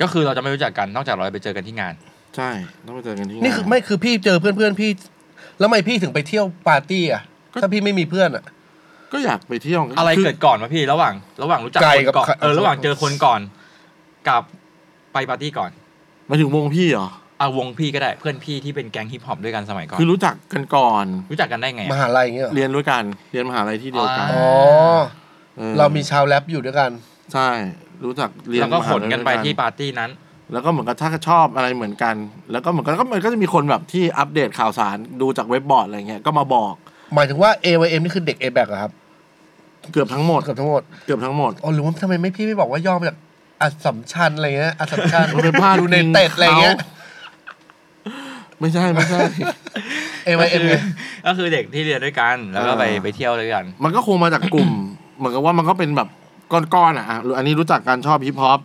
[SPEAKER 4] ก็คือเราจะไม่รู้จักกันนอกจากเราไปเจอกันที่งาน
[SPEAKER 6] ใช่ ต้องไปเจอกันที่
[SPEAKER 5] นี่คือง
[SPEAKER 6] า
[SPEAKER 5] ไม่คือพี่เจอเพื่อนเพื่อนพี่ แล้วทำไมพี่ถึงไปเที่ยวปาร์ตี้อะ
[SPEAKER 6] ก็
[SPEAKER 5] ถ้าพี่ไม่มีเพื่อนอะ
[SPEAKER 6] ก็อยากไปเที่ยว
[SPEAKER 4] อะไร
[SPEAKER 6] คื
[SPEAKER 4] เกิดก่อนวะพี่ระหว่าง ระหว่างรู้จัก
[SPEAKER 5] ไก่
[SPEAKER 4] คน
[SPEAKER 5] กับ
[SPEAKER 4] ก่อน
[SPEAKER 5] ไข่
[SPEAKER 4] เออระหว่างเจอคนก่อน กับไปปาร์ตี้ก่อน
[SPEAKER 6] มาถึงวงพี่เหรอ
[SPEAKER 4] เอาวงพี่ก็ได้เพื่อนพี่ที่เป็นแก๊งฮิปฮอปด้วยกันสมัยก่อน
[SPEAKER 6] คือรู้จักกันก่อน
[SPEAKER 4] รู้จักกันได้ไง
[SPEAKER 5] ม
[SPEAKER 4] อะ
[SPEAKER 5] หาลัยอย่างเงี้ยเหรอ
[SPEAKER 6] เรียนด้วยกัน เรียนมหาลัยที่เดียวกัน
[SPEAKER 4] อ่า
[SPEAKER 5] อ๋อ
[SPEAKER 6] ออ
[SPEAKER 5] เรามีชาวแรปอยู่ด้วยกัน
[SPEAKER 6] ใช่ รู้จักเรียน
[SPEAKER 4] แล้วก็
[SPEAKER 6] ม
[SPEAKER 4] ข
[SPEAKER 6] หาน ลัย
[SPEAKER 4] กันไป
[SPEAKER 6] ด้วย
[SPEAKER 4] ที่ปาร์ตี้นั้น
[SPEAKER 6] แล้วก็เหมือนกับถ้าชอบอะไรเหมือนกัน แล้วก็เหมือนกันก็มันก็จะมีคนแบบที่อัปเดตข่าวสารดูจากเว็บบอร์ดอะไรเงี้ย ก็มาบอก
[SPEAKER 5] หมายถึงว่า A Y M นี่คือเด็ก A b a c อะครับ
[SPEAKER 6] เกือบทั้งหมด
[SPEAKER 5] เกือบทั้งหมด
[SPEAKER 6] เกือบทั้งหมด
[SPEAKER 5] อ๋อหรือว่าทำไมไม่พี่ไม่บอกว่าย่อมาจากอัสสัมชัญอะไรเงี้ยอัสสัมชัญ
[SPEAKER 6] มันเป็นพลาด
[SPEAKER 5] ยูในเต็ดอะไรเงี้ย
[SPEAKER 6] เขา ไม่ใช่ไม่ใช่
[SPEAKER 5] A
[SPEAKER 4] ก็
[SPEAKER 5] Y
[SPEAKER 4] คื
[SPEAKER 5] M
[SPEAKER 4] อก็คือเด็กที่เรียนด้วยกันแล้วก็ไป
[SPEAKER 6] อ่า
[SPEAKER 4] ไปเที่ยวด้วยกัน
[SPEAKER 6] มันก็คงมาจากกลุ่ม เหมือนกับว่ามันก็เป็นแบบก้อนๆอ่ะอ่ะอันนี้รู้จักการชอบฮิปฮอป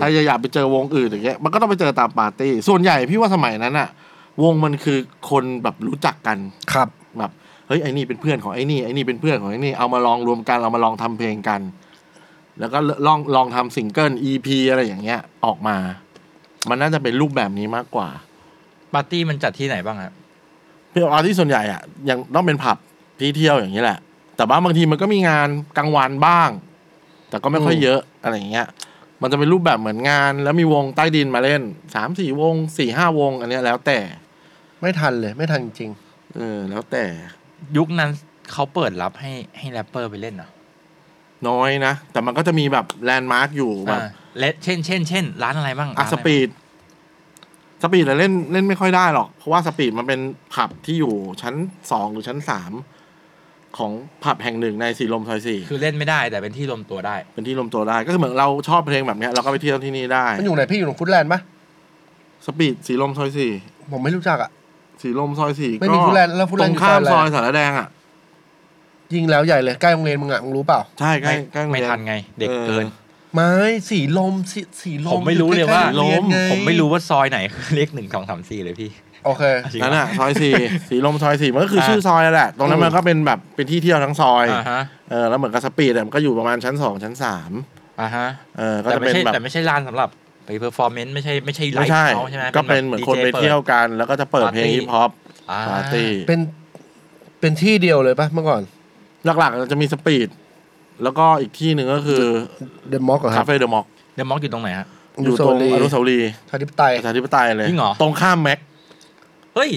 [SPEAKER 6] ถ้าอยากไปเจอวงอื่นอย่างเงี้ยมันก็ต้องไปเจอตามปาร์ตี้ ส่วนใหญ่พี่ว่าสมัยนั้นอะวงมันคือคนแบบรู้จักกัน
[SPEAKER 5] ครับ
[SPEAKER 6] แบบเฮ้ยไอ้นี่เป็นเพื่อนของไอ้นี่ไอ้นี่เป็นเพื่อนของไอ้นี่เอามาลองรวมกันเอามาลองทำเพลงกัน แล้วก็ลองลองทำซิงเกิล EP อะไรอย่างเงี้ย ออกมา มันน่าจะเป็นรูปแบบนี้มากกว่า
[SPEAKER 4] ปาร์ตี้มันจัดที่ไหนบ้างอะ
[SPEAKER 6] พี่อาที่ส่วนใหญ่อะยังต้องเป็นผับที่เที่ยวอย่างนี้แหละ แต่ว่าบางทีมันก็มีงานกลางวันบ้าง แต่ก็ไม่ค่อยเยอะอะไรอย่างเงี้ย มันจะเป็นรูปแบบเหมือนงาน แล้วมีวงใต้ดินมาเล่นสามสี่วงสี่ห้าวง อันเนี้ยแล้วแต่
[SPEAKER 5] ไม่ทันเลย ไม่ทันจริง
[SPEAKER 6] เออแล้วแต่
[SPEAKER 4] ยุคนั้นเขาเปิดรับให้ให้แรปเปอร์ไปเล่นเหรอ
[SPEAKER 6] น้อยนะ แต่มันก็จะมีแบบแลนด์มาร์กอยู่แบบ
[SPEAKER 4] อ่าเละเช่นเช่นเช่นร้านอะไรบ้าง
[SPEAKER 6] อ่ะ
[SPEAKER 4] ร้าน
[SPEAKER 6] ส
[SPEAKER 4] ไร
[SPEAKER 6] ปีดสปีดเราเล่นเล่นไม่ค่อยได้หรอก เพราะว่าสปีดมันเป็นผับที่อยู่ชั้นสองหรือชั้นสามของผับแห่งหนึ่งในสีลมซอยสี่
[SPEAKER 4] คือเล่นไม่ได้แต่เป็นที่รวมตัวได้
[SPEAKER 6] เป็นที่รวมตัวได้ก็คือเหมือนเราชอบเพลงแบบเนี้ยเราก็ไปเที่ยวที่นี่ได้
[SPEAKER 5] มันอยู่ไหนพี่อยู่ตรงฟุตแลนด์ปะ
[SPEAKER 6] สปีดสีลมซอยสี่
[SPEAKER 5] ผมไม่รู้จักอะ
[SPEAKER 6] สีลมซอยสี่
[SPEAKER 5] ไม่
[SPEAKER 6] ก็
[SPEAKER 5] มีฟุตแลนด์แล้วฟุตแล
[SPEAKER 6] ตร
[SPEAKER 5] นด์
[SPEAKER 6] งข้าม
[SPEAKER 5] อยู่
[SPEAKER 6] ซ
[SPEAKER 5] ซ
[SPEAKER 6] อ
[SPEAKER 5] อย
[SPEAKER 6] ย
[SPEAKER 5] อะไร
[SPEAKER 6] สารแดงอ่ะ
[SPEAKER 5] ยิงแล้วใหญ่เลยใกล้โรงเรียนมึงอะมึงรู้เปล่า
[SPEAKER 6] ใช่ใกล้
[SPEAKER 4] ไม่
[SPEAKER 6] ใกล้โรง
[SPEAKER 4] ไม่
[SPEAKER 6] เรีย
[SPEAKER 4] ทันไง เด็กเกิน
[SPEAKER 5] ไม่สีลมสีสีลม
[SPEAKER 4] ผมไม่รู้เลยว่า
[SPEAKER 5] อใกๆโรงรียนไง
[SPEAKER 4] ผมไม่รู้ว่าซอยไหน เลขหนึ่งสองสามสี่เลยพี่
[SPEAKER 5] โอเค
[SPEAKER 4] จริง
[SPEAKER 6] นั่น
[SPEAKER 4] ปะ
[SPEAKER 6] น่ะซอย สี่ สีลมซอยสี่มันก็คือ
[SPEAKER 4] อ่า
[SPEAKER 6] ชื่อซอยนั่นแหละ ตรงนั้นมันก็เป็นแบบเป็นที่เที่ยวทั้งซอย
[SPEAKER 4] อ่าฮะ
[SPEAKER 6] เออแล้วเหมือนกับสปีดอะมันก็อยู่ประมาณชั้นสองชั้นสาม
[SPEAKER 4] อ่าฮะ
[SPEAKER 6] เออก็
[SPEAKER 4] แต่
[SPEAKER 6] จะ
[SPEAKER 4] ไม่
[SPEAKER 6] เป็น
[SPEAKER 4] ใช่
[SPEAKER 6] แบบ
[SPEAKER 4] แต่ไม่ใช่ร้านสำหรับไปเพอร์ฟอร์แมนซ์ไม่ใช่ไม่ใช่ไล
[SPEAKER 6] ไม่
[SPEAKER 4] ฟ์
[SPEAKER 6] ใช่
[SPEAKER 4] เขาใช่ไหม
[SPEAKER 6] ก็เป็นเหมือน
[SPEAKER 4] แบบ
[SPEAKER 6] คนไป
[SPEAKER 4] DJ
[SPEAKER 6] เที่ยวกัน แล้วก็จะเปิดเพล
[SPEAKER 4] ปา
[SPEAKER 6] ง
[SPEAKER 4] ร์ตี้
[SPEAKER 6] ฮิปฮอป
[SPEAKER 4] อ่า
[SPEAKER 6] ปาร์ตี้
[SPEAKER 5] เป็นเป็นที่เดียวเลยปะเมื่อก่อน
[SPEAKER 6] หลักๆจะมีสปีด แล้วก็อีกที่หนึ่งก็คือ
[SPEAKER 5] เดอะม็อกค
[SPEAKER 6] คา
[SPEAKER 5] รับ
[SPEAKER 6] เฟ่เดอะมอล
[SPEAKER 4] เดอะม็อกอยู่ตรงไหนฮะ
[SPEAKER 6] อยู่ตรงอนุสาวรีย์
[SPEAKER 5] คาธิปไตย
[SPEAKER 6] ประชาธิปไตยเลย
[SPEAKER 4] จริงเหรอ
[SPEAKER 6] ตรงข้ามแม็ก
[SPEAKER 4] เฮ้ย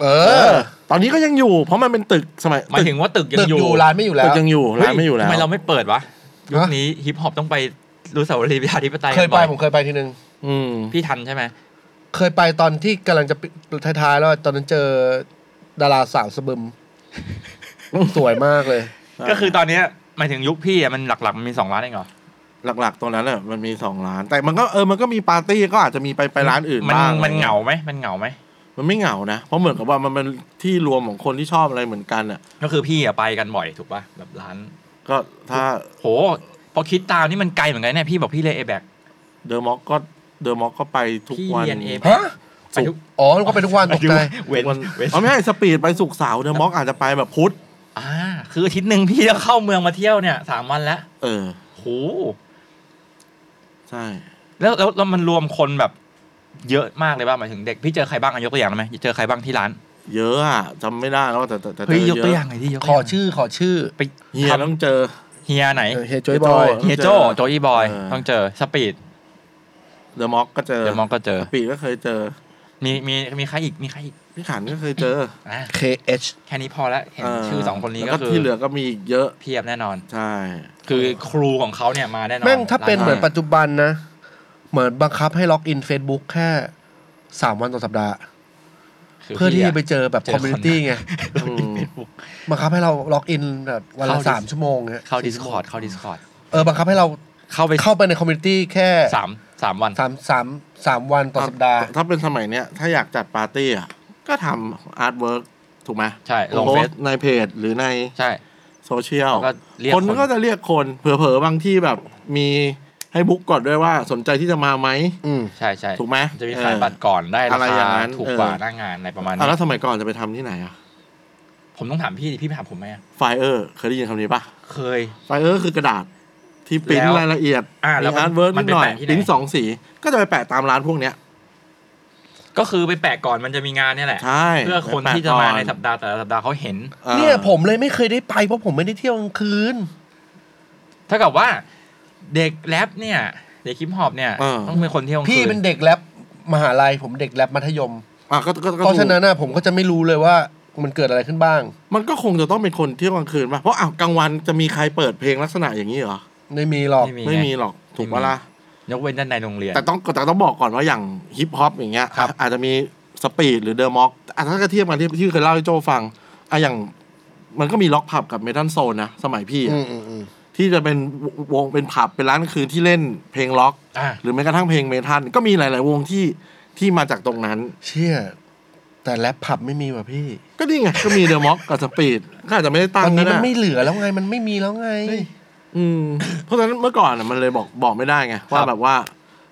[SPEAKER 5] เอ
[SPEAKER 6] เอ
[SPEAKER 5] อ
[SPEAKER 6] อ ตอนนี้ก็ยังอยู่ เพราะมันเป็นตึกสมัย
[SPEAKER 4] หมายถึงว่าตึกยั
[SPEAKER 5] ตึ
[SPEAKER 4] ง
[SPEAKER 5] ก
[SPEAKER 4] อ
[SPEAKER 5] อยู่ ยู่ร้านไม่อยู่แล้
[SPEAKER 6] ตึ
[SPEAKER 5] ว
[SPEAKER 6] กยังอยู่
[SPEAKER 4] เฮ้ย
[SPEAKER 6] ร้านไม่อยู่แล้ว
[SPEAKER 4] ทำไมเราไม่เปิดวะยุค
[SPEAKER 5] ฮะ
[SPEAKER 4] นี้ฮิปฮอปต้องไปรู้สาวรีย์ประชาธิปไตย
[SPEAKER 5] เคยไป
[SPEAKER 4] บ่อ
[SPEAKER 5] ผมเคยไปทีนึง
[SPEAKER 6] อืม
[SPEAKER 4] พี่ทันใช่ไหม
[SPEAKER 5] เคยไปตอนที่กำลังจะปิดท้ายๆแล้วตอนนั้นเจอดาราสาวสะบึม สวยมากเลย
[SPEAKER 4] ก็คือตอนเนี้ยหมายถึงยุคพี่อะมันหลักๆมันมีสองร้านเองเหรอ
[SPEAKER 6] หลักๆตรงนั้นแหละมันมีสองร้าน แต่มันก็เออมันก็มีปาร์ตี้ก็อาจจะมีไปไปร้านอื่น
[SPEAKER 4] มัน
[SPEAKER 6] บ้าง
[SPEAKER 4] มัน
[SPEAKER 6] อะไร
[SPEAKER 4] เห
[SPEAKER 6] งี้ย
[SPEAKER 4] งาไหมมันเหงาไหม
[SPEAKER 6] มันไม่เหงานะ เพราะเหมือนกับว่ามันเป็นที่รวมของคนที่ชอบอะไรเหมือนกันอ่ะ
[SPEAKER 4] ก็คือพี่อะไปกันบ่อยถูกป่ะแบบร้าน
[SPEAKER 6] ก็ถ้า
[SPEAKER 4] โห พอคิดตามนี่มันไกลเหมือนกันเนี่ยพี่บอกพี่เลยเอแบก
[SPEAKER 6] เดอะม็อกก็เดอะม็อกก็ไปทุก
[SPEAKER 4] พี่
[SPEAKER 6] วัน
[SPEAKER 4] เรียนเอง
[SPEAKER 5] ฮะ
[SPEAKER 4] อายุ
[SPEAKER 5] อ๋อก็ไปทุกวันตกใจ
[SPEAKER 4] เว้น
[SPEAKER 6] วัน
[SPEAKER 4] เว้น
[SPEAKER 6] เอาไม่ใช่สปีดไปสุกร์เสาร์เดอะม็อกอาจจะไปแบบพุธ
[SPEAKER 4] อ่าคืออาทิตย์หนึ่งพี่จะเข้าเมืองมาเที่ยวเนี่ยสามวันแล้ว
[SPEAKER 6] เออ
[SPEAKER 4] โห
[SPEAKER 6] ใช่
[SPEAKER 4] แล้วแล้วแล้วมันรวมคนแบบ เยอะมากเลยป่ะหมายถึงเด็กพี่เจอใครบ้างอ่ะยกตัวอย่างได้ไหมเจอใครบ้างที่ร้าน
[SPEAKER 6] เยอะอะจำไม่ได้แล้วแต่แต่แต่
[SPEAKER 4] เฮ้ยยกตัวอย่าง
[SPEAKER 6] เะ
[SPEAKER 4] หน่อยที่ยก
[SPEAKER 5] ขอชื่อขอชื่อ
[SPEAKER 4] ไป
[SPEAKER 6] เฮีย
[SPEAKER 4] ท
[SPEAKER 6] ต้องเจอ
[SPEAKER 4] ำเฮียไหน
[SPEAKER 5] เออเฮยจอยบอย
[SPEAKER 6] เฮี
[SPEAKER 4] เฮี
[SPEAKER 6] ย
[SPEAKER 4] ย
[SPEAKER 6] โจ้
[SPEAKER 4] โจ้โจอีบอย
[SPEAKER 6] เออ
[SPEAKER 4] ต้องเจอสปีด
[SPEAKER 6] เดอะม็อกก็เจอ
[SPEAKER 4] เดี๋ยวมองก็เจอ
[SPEAKER 6] ปีก็เคยเจอ
[SPEAKER 4] มีมีมีใครอีกมีใครอีก
[SPEAKER 6] พี่ขันก็เคยเจอ
[SPEAKER 4] อ่ะ
[SPEAKER 5] KH
[SPEAKER 4] แค่นี้พอละเห็น
[SPEAKER 6] เ
[SPEAKER 4] ชื่อสองคนนี้
[SPEAKER 6] แล้ว
[SPEAKER 4] ก็คือ
[SPEAKER 6] ที่เหลือก็มีอีกเยอะ
[SPEAKER 4] เพียบแน่นอน
[SPEAKER 6] ใช่
[SPEAKER 4] คือครูของเขาเนี่ยมาแน่นอน
[SPEAKER 5] แม่งถ้าเป็น
[SPEAKER 4] ร้
[SPEAKER 5] เหมือนปัจจุบันนะ เหมือนบังคับให้ล็อกอิน Facebook แค่สามวันต่อสัปดาห์
[SPEAKER 4] คื
[SPEAKER 5] เพื่อที่จะไปเจอแบบ
[SPEAKER 4] เจ
[SPEAKER 5] คอมมูนิตี้ไง
[SPEAKER 6] อืม
[SPEAKER 5] บังคับให้เราล็อกอินแบบวันละ
[SPEAKER 4] เข้า
[SPEAKER 5] สามชั่วโมงเนี่ย
[SPEAKER 4] เข้า Discord เข้า Discord
[SPEAKER 5] เออบังคับให้เรา
[SPEAKER 4] เข้าไป
[SPEAKER 5] เข้าไปในคอมมูนิตี้แค่
[SPEAKER 4] สามสามวัน
[SPEAKER 5] สามสามสามวันต่อสัปดาห์
[SPEAKER 6] ถ้าเป็นสมัยเนี้ยถ้าอยากจัดปาร์ตี้อ่ะก็ทำอาร์ตเวิร์กถูกไหม
[SPEAKER 4] ใช่ลง
[SPEAKER 6] โพ
[SPEAKER 4] เฟ
[SPEAKER 6] ส
[SPEAKER 4] ซ
[SPEAKER 6] ต์ในเพจหรือใน
[SPEAKER 4] ใช่
[SPEAKER 6] โซเชียล
[SPEAKER 4] แล้วก็เรียก
[SPEAKER 6] คน
[SPEAKER 4] คน
[SPEAKER 6] ก็จะเรียกคนเผลอๆบางที่แบบมีให้บุ๊กก่อนด้วยว่าสนใจที่จะมาไหม
[SPEAKER 5] อืม
[SPEAKER 4] ใช่ใช่
[SPEAKER 6] ถูกไหม
[SPEAKER 4] จะมีขาย
[SPEAKER 6] เออ
[SPEAKER 4] บัตรก่อนได้
[SPEAKER 6] อะไร
[SPEAKER 4] รา
[SPEAKER 6] อย่า
[SPEAKER 4] คาง
[SPEAKER 6] นั้น
[SPEAKER 4] ถูกกว่า
[SPEAKER 6] เออ
[SPEAKER 4] หน้างานอะไรประมาณ
[SPEAKER 6] อ่ะ
[SPEAKER 4] นี้
[SPEAKER 6] แล้วสมัยก่อนจะไปทำที่ไหนอะ
[SPEAKER 4] ผมต้องถามพี่ดิพี่ไปถามผมไหมอะ
[SPEAKER 6] ไฟเออร์เคยได้ยินคำนี้ปะ
[SPEAKER 4] เคย
[SPEAKER 6] ไฟเออร์คือกระดาษที่ปริ้น
[SPEAKER 4] แล้ว
[SPEAKER 6] รายละเอียด
[SPEAKER 4] อ่ะแล้วมัน
[SPEAKER 6] อาร์ตเวิร์ด
[SPEAKER 4] มั
[SPEAKER 6] นิ
[SPEAKER 4] นไป
[SPEAKER 6] ดหน่อย
[SPEAKER 4] แปะที่ไหน
[SPEAKER 6] ปริ้นสองสี ก็จะไปแปะตามร้านพวกเนี้ย
[SPEAKER 4] ก็คือไปแปะก่อนมันจะมีงานเนี่ยแหละ
[SPEAKER 6] ใช่
[SPEAKER 4] เพื่อคนที่จะมาในสัปดาห์แต่ละสัปดาห์เขาเห็น
[SPEAKER 6] ออ
[SPEAKER 5] เนี่ยผมเลยไม่เคยได้ไปเพราะผมไม่ได้เที่ยวกลางคืน
[SPEAKER 4] เท่ากับว่าเด็กแรปเนี่ย เด็กคิปฮอปเนี่ย ต้องเป็นคนเที่ยวกลาง
[SPEAKER 5] พี่
[SPEAKER 4] คืน
[SPEAKER 5] เป็นเด็กแรปมหาลัยผมเด็กแรปมัธยม
[SPEAKER 6] อ่ะก็ก็ก็
[SPEAKER 5] เพราะฉะนั้นน่ะผมก็จะไม่รู้เลยว่ามันเกิดอะไรขึ้นบ้าง
[SPEAKER 6] มันก็คงจะต้องเป็นคนเที่ยวกลางคืนป่ะเพราะอ้าวกลางวันจะมีใครเปิดเพลงลักษณะอย่างนี้เหรอ
[SPEAKER 5] ไม่มีหรอก
[SPEAKER 4] ไม่มี
[SPEAKER 6] ไม่
[SPEAKER 4] ไง
[SPEAKER 6] มีหรอกถูกปะล่ะ
[SPEAKER 4] ยกเว้นด้านในโรงเรียน
[SPEAKER 6] แต่ต้องแต่ต้องบอกก่อนว่าอย่างฮิปฮอปอย่างเงี้ย
[SPEAKER 4] ครับ
[SPEAKER 6] อาจจะมีสปีดหรือเดอะม็อกอ่ะถ้าเทียบกันที่ที่เคยเล่าให้โจฟังอ่ะอย่างมันก็มีล็อกผับกับเมทัลโซนนะ สมัยพี่
[SPEAKER 5] อืม
[SPEAKER 6] อะ
[SPEAKER 5] อืมอืม
[SPEAKER 6] ที่จะเป็นวงเป็นผับเป็นร้านกลางคืนที่เล่นเพลงล็อก
[SPEAKER 4] อ่ะ
[SPEAKER 6] หรือแม้กระทั่งเพลงเมทัลก็มีหลาย ๆ วงที่ที่มาจากตรงนั้น
[SPEAKER 5] เชี่ยแต่แรปผับไม่มีว่ะพี่
[SPEAKER 6] ก็นี่ไงก็มีเดอะม็อกกับสปีดก็อาจจะไม่ได้
[SPEAKER 5] ต
[SPEAKER 6] ตั้
[SPEAKER 5] อง นนี้
[SPEAKER 6] ก็
[SPEAKER 5] มัน
[SPEAKER 6] ได้
[SPEAKER 5] ไม่เหลือแล้วไงมันไม่มีแล้วไง
[SPEAKER 6] อืมเพราะฉะนั้นเมื่อก่อนอ่ะมันเลยบอกบอกไม่ได้ไงว่าแบบว่า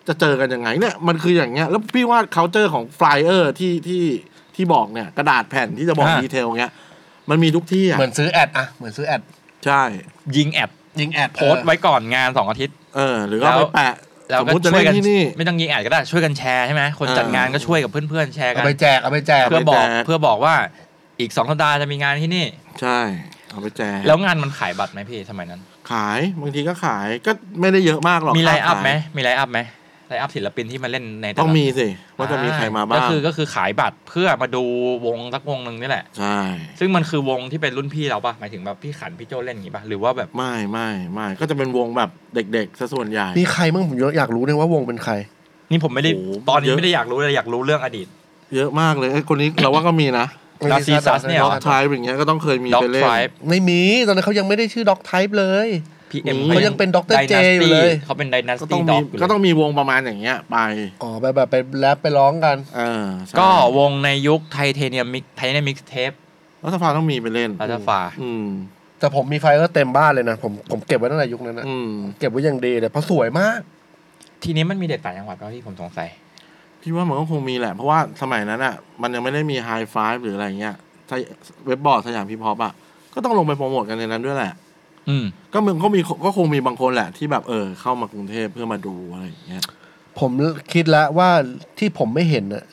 [SPEAKER 6] จะเจอกันยังไงเนี่ยมันคืออย่างเงี้ย แล้วพี่ว่าเคาเจอร์ของไฟเออร์ที่ที่ที่บอกเนี่ย กระดาษแผ่นที่จะบอก
[SPEAKER 4] อ่า
[SPEAKER 6] ดีเทลเงี้ย มันมีทุกที่อ่ะ
[SPEAKER 5] เหมือนซื้อแอดอะเหมือนซื้อแอด
[SPEAKER 6] ใช่
[SPEAKER 4] ยิงแอด
[SPEAKER 5] ยิงแอด
[SPEAKER 4] โพสต์ไว้ก่อนงานสองอาทิตย์
[SPEAKER 6] เออ หรือก็
[SPEAKER 4] แล้ว
[SPEAKER 6] ไปแปะ
[SPEAKER 4] แล้ว
[SPEAKER 6] สม
[SPEAKER 4] ก็
[SPEAKER 6] มติจะ
[SPEAKER 4] ช่วย
[SPEAKER 6] เล่น
[SPEAKER 4] กัน
[SPEAKER 6] ที่นี่
[SPEAKER 4] ไม่ต้องยิงแอดก็ได้ช่วยกันแชร์ใช่ไหมคน
[SPEAKER 6] เออ
[SPEAKER 4] จัดงานก็ช่วยกับเพื่อนๆแชร์กั
[SPEAKER 5] เอา
[SPEAKER 4] น
[SPEAKER 5] ไปแจกเอาไปแจก
[SPEAKER 4] เพื่อบอก
[SPEAKER 6] เอาไปแจก
[SPEAKER 4] เพื่อบอกว่าอีกสองสัปดาห์จะมีงานที่นี่
[SPEAKER 6] ใช่ เอาไปแจก
[SPEAKER 4] แล้วงานมันขายบัตรไหมพี่สมัยนั้น
[SPEAKER 6] ขายบางทีก็ขายก็ไม่ได้เยอะมากหรอก
[SPEAKER 4] มีไลน์อัพ
[SPEAKER 6] ค่าขาย
[SPEAKER 4] ไหมมีไลน์อัพไหมไลน์อัพศิลปินที่มาเล่นในแต่ละ
[SPEAKER 6] ต้องมีสิว่าจะมีใครมาบ้า
[SPEAKER 4] ก็
[SPEAKER 6] ง
[SPEAKER 4] คือก็คือขายบัตรเพื่อมาดูวงสักวงหนึ่งนี่แหละ
[SPEAKER 6] ใช่
[SPEAKER 4] ซึ่งมันคือวงที่เป็นรุ่นพี่เราปะหมายถึงแบบพี่ขันพี่โจเล่นอย่างงี้ปะหรือว่าแบบ
[SPEAKER 6] ไม่ไม่ไม่ก็จะเป็นวงแบบเด็กๆซะส่วนใหญ่
[SPEAKER 5] มีใครบ้างผมอยากรู้เนี่ยว่าวงเป็นใคร
[SPEAKER 4] นี่ผมไม่ได้
[SPEAKER 6] โอ้โห
[SPEAKER 4] ตอนนี้
[SPEAKER 6] เยอะ
[SPEAKER 4] ไม่ได้อยากรู้เลยอยากรู้เรื่องอดีต
[SPEAKER 6] เยอะมากเลยไอ้ยคนนี้เราว่าก็มีนะ
[SPEAKER 4] ดาซีซัสเนี่ยเหร
[SPEAKER 6] ด็
[SPEAKER 4] อ
[SPEAKER 6] อกไทป์อย่างเงี้ยก็ต้องเคยมี
[SPEAKER 4] ด็อก
[SPEAKER 6] ไปเล่น
[SPEAKER 4] ทริป
[SPEAKER 5] ไม่มีตอนนั้นเขายังไม่ได้ชื่อด็อกไทป์เลย
[SPEAKER 4] พีเอ็ม
[SPEAKER 6] เขายังเป็น
[SPEAKER 5] Dr. J อยู่เลย
[SPEAKER 4] เขาเป็นไดนาส
[SPEAKER 6] ก็ต้อ
[SPEAKER 4] ตี้
[SPEAKER 6] ง
[SPEAKER 4] ด็
[SPEAKER 6] มี
[SPEAKER 4] อก
[SPEAKER 6] ก็ต้องมีวงประมาณอย่างเงี้ยไป
[SPEAKER 5] อ๋อไปแบบไปแรปไปร้องกัน
[SPEAKER 6] เออใช่
[SPEAKER 4] ก็วงในยุคไทเทเนียมมิกไทเทเนียมิกเทป
[SPEAKER 6] รัฐบาลต้องมีไปเล่น
[SPEAKER 4] ราชฟา
[SPEAKER 6] อืม
[SPEAKER 5] แต่ผมมีไฟก็เต็มบ้านเลยนะผมผมเก็บไว้ตั้งแต่ยุคนั้นนะ
[SPEAKER 6] อืม
[SPEAKER 5] เก็บไว้อย่างดีเลยเพราะสวยมาก
[SPEAKER 4] ทีนี้มันมีเด็กต่างจังหวัดป่ะที่ผมสงสัย
[SPEAKER 6] พี่ว่ามันก็คงมีแหละ เพราะว่าสมัยนั้นอ่ะ มันยังไม่ได้มีไฮไฟหรืออะไรเงี้ยไทยเว็บบอร์ดสยามพีพอปอ่ะ ก็ต้องลงไปโปรโมทกันในนั้นด้วยแหละ
[SPEAKER 4] อืม
[SPEAKER 6] ก็มึงก็มีก็คงมีบางคนแหละ ที่แบบเออ เข้ามากรุงเทพเพื่อมาดูอะไรอย่างเงี้ย
[SPEAKER 5] ผมคิดแล้วว่าที่ผมไม่เห็นน่ะ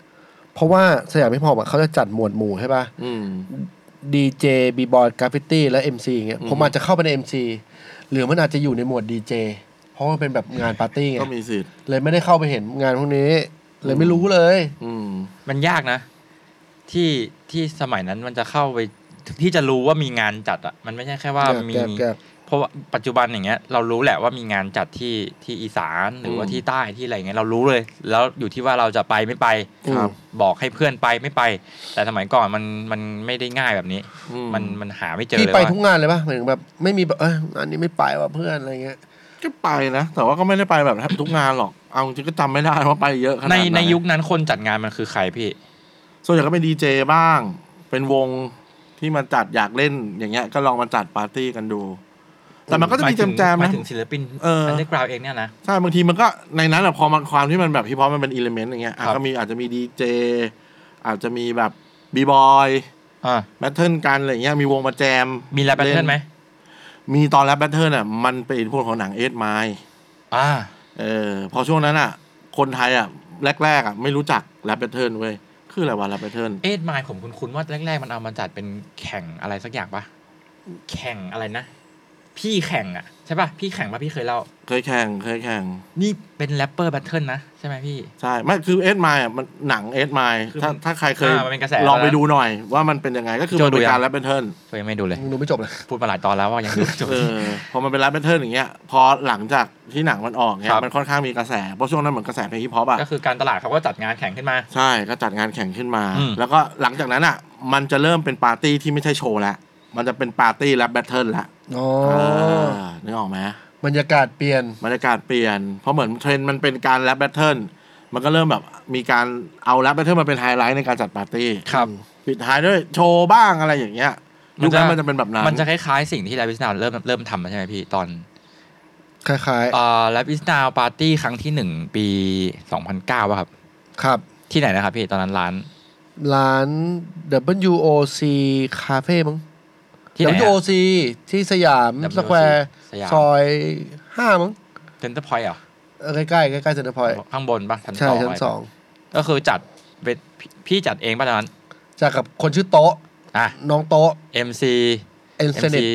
[SPEAKER 5] เพราะว่าสยามพิพอมเขาจะจัดหมวดหมู่ใช่ป่ะ
[SPEAKER 6] อืม
[SPEAKER 5] ดีเจบีบอยกราฟฟิตี้และ MC อย่างเงี้ย
[SPEAKER 6] อืม
[SPEAKER 5] ผมอาจจะเข้าไปใน MC หรือมันอาจจะอยู่ในหมวดดีเจเพราะมันเป็นแบบงานปาร์ตี้ไง
[SPEAKER 6] ก็มีสิทธิ์
[SPEAKER 5] เลยไม่ได้เข้าไปเห็นงานพวกนี้ เลยไม่
[SPEAKER 6] อืม
[SPEAKER 5] รู้เลย
[SPEAKER 6] อืม
[SPEAKER 4] มันยากนะ ที่ที่สมัยนั้นมันจะเข้าไปที่จะรู้ว่ามีงานจัดอ่ะ มันไม่ใช่แค่ว่า
[SPEAKER 5] แยก
[SPEAKER 4] มี
[SPEAKER 5] แยกแยก
[SPEAKER 4] เพราะว่าปัจจุบันอย่างเงี้ย เรารู้แหละว่ามีงานจัดที่ที่อีสานหรือว่า
[SPEAKER 6] อืม
[SPEAKER 4] ที่ใต้ที่อะไรเงี้ยเรารู้เลย แล้วอยู่ที่ว่าเราจะไปไม่ไป
[SPEAKER 6] ครับ
[SPEAKER 4] บอกให้เพื่อนไปไม่ไป แต่สมัยก่อนมันมันไม่ได้ง่ายแบบนี้
[SPEAKER 6] อืม
[SPEAKER 4] มันมันหาไม่เจอ
[SPEAKER 5] พี่
[SPEAKER 4] เลย
[SPEAKER 5] ไป
[SPEAKER 4] ว่า
[SPEAKER 5] ทุกงานเลยป่ะหมายถึงแบบไม่มีแบบเอออันนี้ไม่ไปว่ะเพื่อนอะไรเงี้ย
[SPEAKER 6] ก็ไปนะแต่ว่าก็ไม่ได้ไปแบบแทบทุกงานหรอกเอาจริงๆก็จำไม่ได้ว่าไปเยอะขนาดไห
[SPEAKER 4] ใน
[SPEAKER 6] น
[SPEAKER 4] ในยุคนั้นคนจัดงานมันคือใครพี่
[SPEAKER 6] ส่วนใหญ่ก็เป็นดีเจบ้าง เป็นวงที่มาจัดอยากเล่นอย่างเงี้ย ก็ลองมาจัดปาร์ตี้กันดู แต่มันก็จะมีแจมๆ
[SPEAKER 4] หาย
[SPEAKER 6] นะ
[SPEAKER 4] ถึงศิลปิน
[SPEAKER 6] เอออั
[SPEAKER 4] นเดอร์กราวเองเนี่ยนะ
[SPEAKER 6] ใช่บางทีมันก็ในนั้นอะพอมันความที่มันแบบฮิปฮอปมันเป็นอิเลเมนต์อย่างเงี้ยอ่ะ
[SPEAKER 4] ครับ
[SPEAKER 6] ก็มีอาจจะมีดีเจอาจจะมีแบบบีบอย
[SPEAKER 4] อ่า
[SPEAKER 6] แบทเทิลกันอะไรเงี้ยมีวงมาแจม
[SPEAKER 4] มีแรปแบทเทิลไหม
[SPEAKER 6] มีตอนแรปแบทเทิลอ่ะมันเป็นอิทธิพลของหนังเอสไมล์
[SPEAKER 4] อ่า
[SPEAKER 6] เออพอช่วงนั้นอ่ะ คนไทยอ่ะ แรก ๆ อ่ะ ไม่รู้จักแรปแพทเทิร์นเว้ย คืออะไรวะแรปแพทเทิร์น
[SPEAKER 4] เอ็ดมายผมคุ้นๆว่าแรกๆ มันเอามาจัดเป็นแข่งอะไรสักอย่างปะแข่งอะไรนะ พี่แข่งอ่ะใช่ปะพี่แข่งปะพี่เคยเล่า
[SPEAKER 6] เคยแข่งเคยแข่ง
[SPEAKER 4] นี่เป็นแรปเปอร์แบทเทิลนะใช่ไหมพี่
[SPEAKER 6] ใช่ ไม่คือเอสไมล์มันหนังเอสไมล์
[SPEAKER 4] คือ
[SPEAKER 6] ถ้าถ้าใครเคย
[SPEAKER 4] อ่ามันเป็นกระแส
[SPEAKER 6] ลองไป
[SPEAKER 4] แล้ว
[SPEAKER 6] ดูหน่อย ว่ามันเป็นยังไง ก็คือ
[SPEAKER 4] โจ
[SPEAKER 6] มัน
[SPEAKER 4] ดู
[SPEAKER 6] เป็น
[SPEAKER 4] ยัง
[SPEAKER 6] การแรปแพทเทิร์น
[SPEAKER 4] ตัวยังไม่ดูเลย
[SPEAKER 5] มึงดูไม่จบเลย
[SPEAKER 4] พูดมาหลายตอนแล้วว่ายังดูไม่จบ
[SPEAKER 6] เออพอมันเป็นแรปแพทเทิร์นอย่างเงี้ยพอหลังจากที่หนังมันออกเนี่
[SPEAKER 4] ครั
[SPEAKER 6] ย
[SPEAKER 4] บ
[SPEAKER 6] มันค่อนข้างมีกระแส เพราะช่วงนั้นเหมือนกระแสเพลงฮิปฮอปอ่ะ
[SPEAKER 4] ก็คือการตลาดเขาก็จัดงานแข่งขึ้นมา
[SPEAKER 6] ใช่ก็จัดงานแข่งขึ้นมา
[SPEAKER 4] อืม
[SPEAKER 6] แล้วก็หลังจากนั้นอ่ะ มันจะเริ่มเป็นปาร์ตี้ที่ไม่ใช่โชว์แล้วมันจะเป็นปาร์ตี้แรปแบทเทิลละ
[SPEAKER 5] อ๋อ
[SPEAKER 6] เออนึกออกไหม
[SPEAKER 5] บรรยากาศเปลี่ยน
[SPEAKER 6] บรรยากาศเปลี่ยน เพราะเหมือนเทรนด์มันเป็นการแรปแบทเทิล มันก็เริ่มแบบมีการเอาแรปแบทเทิลมาเป็นไฮไลท์ในการจัดปาร์ตี้
[SPEAKER 4] ครับ
[SPEAKER 6] ปิดท้ายด้วยโชว์บ้างอะไรอย่างเงี้ยยุคนั้นมันจะเป็นแบบนั้น
[SPEAKER 4] มันจะคล้ายๆสิ่งที่แรปอิสนาวเริ่มเริ่มทำแล้วใช่ไหมพี่ตอน
[SPEAKER 5] คล้าย
[SPEAKER 4] เอ่อแรปอิสนาวปาร์ตี้ครั้งที่หนึ่งปีสองพันเก้าป่ะครับ
[SPEAKER 5] ๆ ครับ
[SPEAKER 4] ที่ไหนนะครับพี่ตอนนั้นร้าน
[SPEAKER 5] ร้าน WOC Cafe มั้ง
[SPEAKER 4] ที่ไหนอะ
[SPEAKER 5] WOC ที่สยาม
[SPEAKER 4] WOC
[SPEAKER 5] สแควร์
[SPEAKER 4] สยาม
[SPEAKER 5] ซอยห้ามั้ง
[SPEAKER 4] เซ็นเตอร์พอยต์เหรอ
[SPEAKER 5] เออใกล้ๆใกล้ๆเซ็นทรัลพอยต์
[SPEAKER 4] ข้างบนป่ะชั้น
[SPEAKER 5] ใช่
[SPEAKER 4] สอง
[SPEAKER 5] ชั้นสอง
[SPEAKER 4] ก็คือจัดเป็นพี่พี่จัดเองป่ะตอนนั้น
[SPEAKER 5] จากกับคนชื่อโต๊ะ
[SPEAKER 4] อ่ะ
[SPEAKER 5] น้องโต๊ะ
[SPEAKER 4] MC
[SPEAKER 5] e n นเซ
[SPEAKER 4] MC
[SPEAKER 5] นิต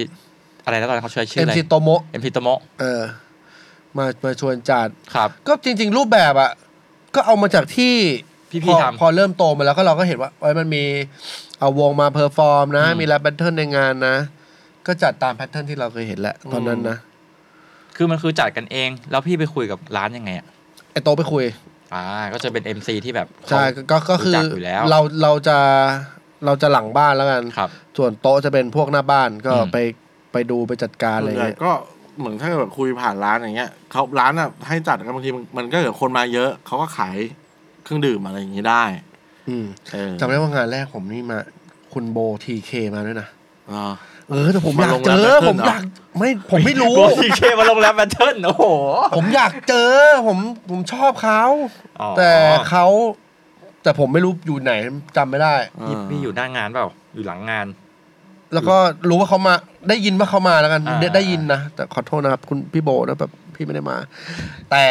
[SPEAKER 4] อะไรนะตอนนั้นเขาช่วยชื่อ
[SPEAKER 5] MC
[SPEAKER 4] อะไร
[SPEAKER 5] โตโมะ
[SPEAKER 4] MC โตโมะ
[SPEAKER 5] เออ มามาชวนจัด
[SPEAKER 4] ครับ
[SPEAKER 5] ก็จริง ๆ รูปแบบอ่ะ ก็เอามาจากที่
[SPEAKER 4] พี่
[SPEAKER 5] พ
[SPEAKER 4] ๆ
[SPEAKER 5] อ
[SPEAKER 4] ทำ
[SPEAKER 5] พอเริ่มโตมาแล้วก็เราก็เห็นว่าเอ้ยมันมีเอาวงมาเพอร์ฟอร์มนะ
[SPEAKER 4] อืม
[SPEAKER 5] มีแรปแบทเทิลในงานนะ ก็จัดตามแพทเทิร์นที่เราเคยเห็นแหละตอนนั้นนะ
[SPEAKER 4] คือมันคือจัดกันเอง แล้วพี่ไปคุยกับร้านยังไงอ่ะ
[SPEAKER 5] ไอโตะไปคุย
[SPEAKER 4] อ่า ก็จะเป็น MC ที่แบบเขา
[SPEAKER 5] ใช่ก็ก็คือ
[SPEAKER 4] รู้จักอยู่แล้ว
[SPEAKER 5] เราเราจะเราจะหลังบ้านแล้วกัน
[SPEAKER 4] ครับ
[SPEAKER 5] ส่วนโต๊ะจะเป็นพวกหน้าบ้านก็
[SPEAKER 4] อืม
[SPEAKER 5] ไปไปดูไปจัดการอะไร
[SPEAKER 6] ส่วนใหญ่
[SPEAKER 5] เงี้ย
[SPEAKER 6] ก็เหมือนถ้าแบบคุยผ่านร้านอย่างเงี้ยเขาร้านอ่ะให้จัดกันบางทีมันมันก็เกิดคนมาเยอะ เขาก็ขายเครื่องดื่มอะไรอย่างงี้ได้
[SPEAKER 5] อืม
[SPEAKER 6] เออ
[SPEAKER 5] จำได้ว่างานแรกผมนี่มา คุณโบทีเคมาด้วยนะ
[SPEAKER 6] อ่า
[SPEAKER 5] เออแต่ผมอยาก
[SPEAKER 6] มาลง
[SPEAKER 5] เจอ
[SPEAKER 6] แรปแบทเทิล
[SPEAKER 5] ผม
[SPEAKER 6] เห
[SPEAKER 5] อ
[SPEAKER 6] รออ
[SPEAKER 5] ยากไม่ผมไม่รู้
[SPEAKER 4] โบทีเคมาลงแรมแบทเทิลโอ้โห
[SPEAKER 5] ผมอยากเจอ ผมผมชอบเขา
[SPEAKER 4] อ๋อ
[SPEAKER 5] แต่เขาแต่ผมไม่รู้อยู่ไหนจำไม่ได้
[SPEAKER 6] อ่า
[SPEAKER 4] นี่พี่อยู่หน้างานเปล่า อยู่หลังงาน
[SPEAKER 5] แล้วก็รู้ว่าเขามาได้ยินว่าเขามาแล้วกัน
[SPEAKER 4] อ่า
[SPEAKER 5] ได้ได้ยินนะ แต่ขอโทษนะครับ คุณพี่โบนะแบบพี่ไม่ได้มา แต่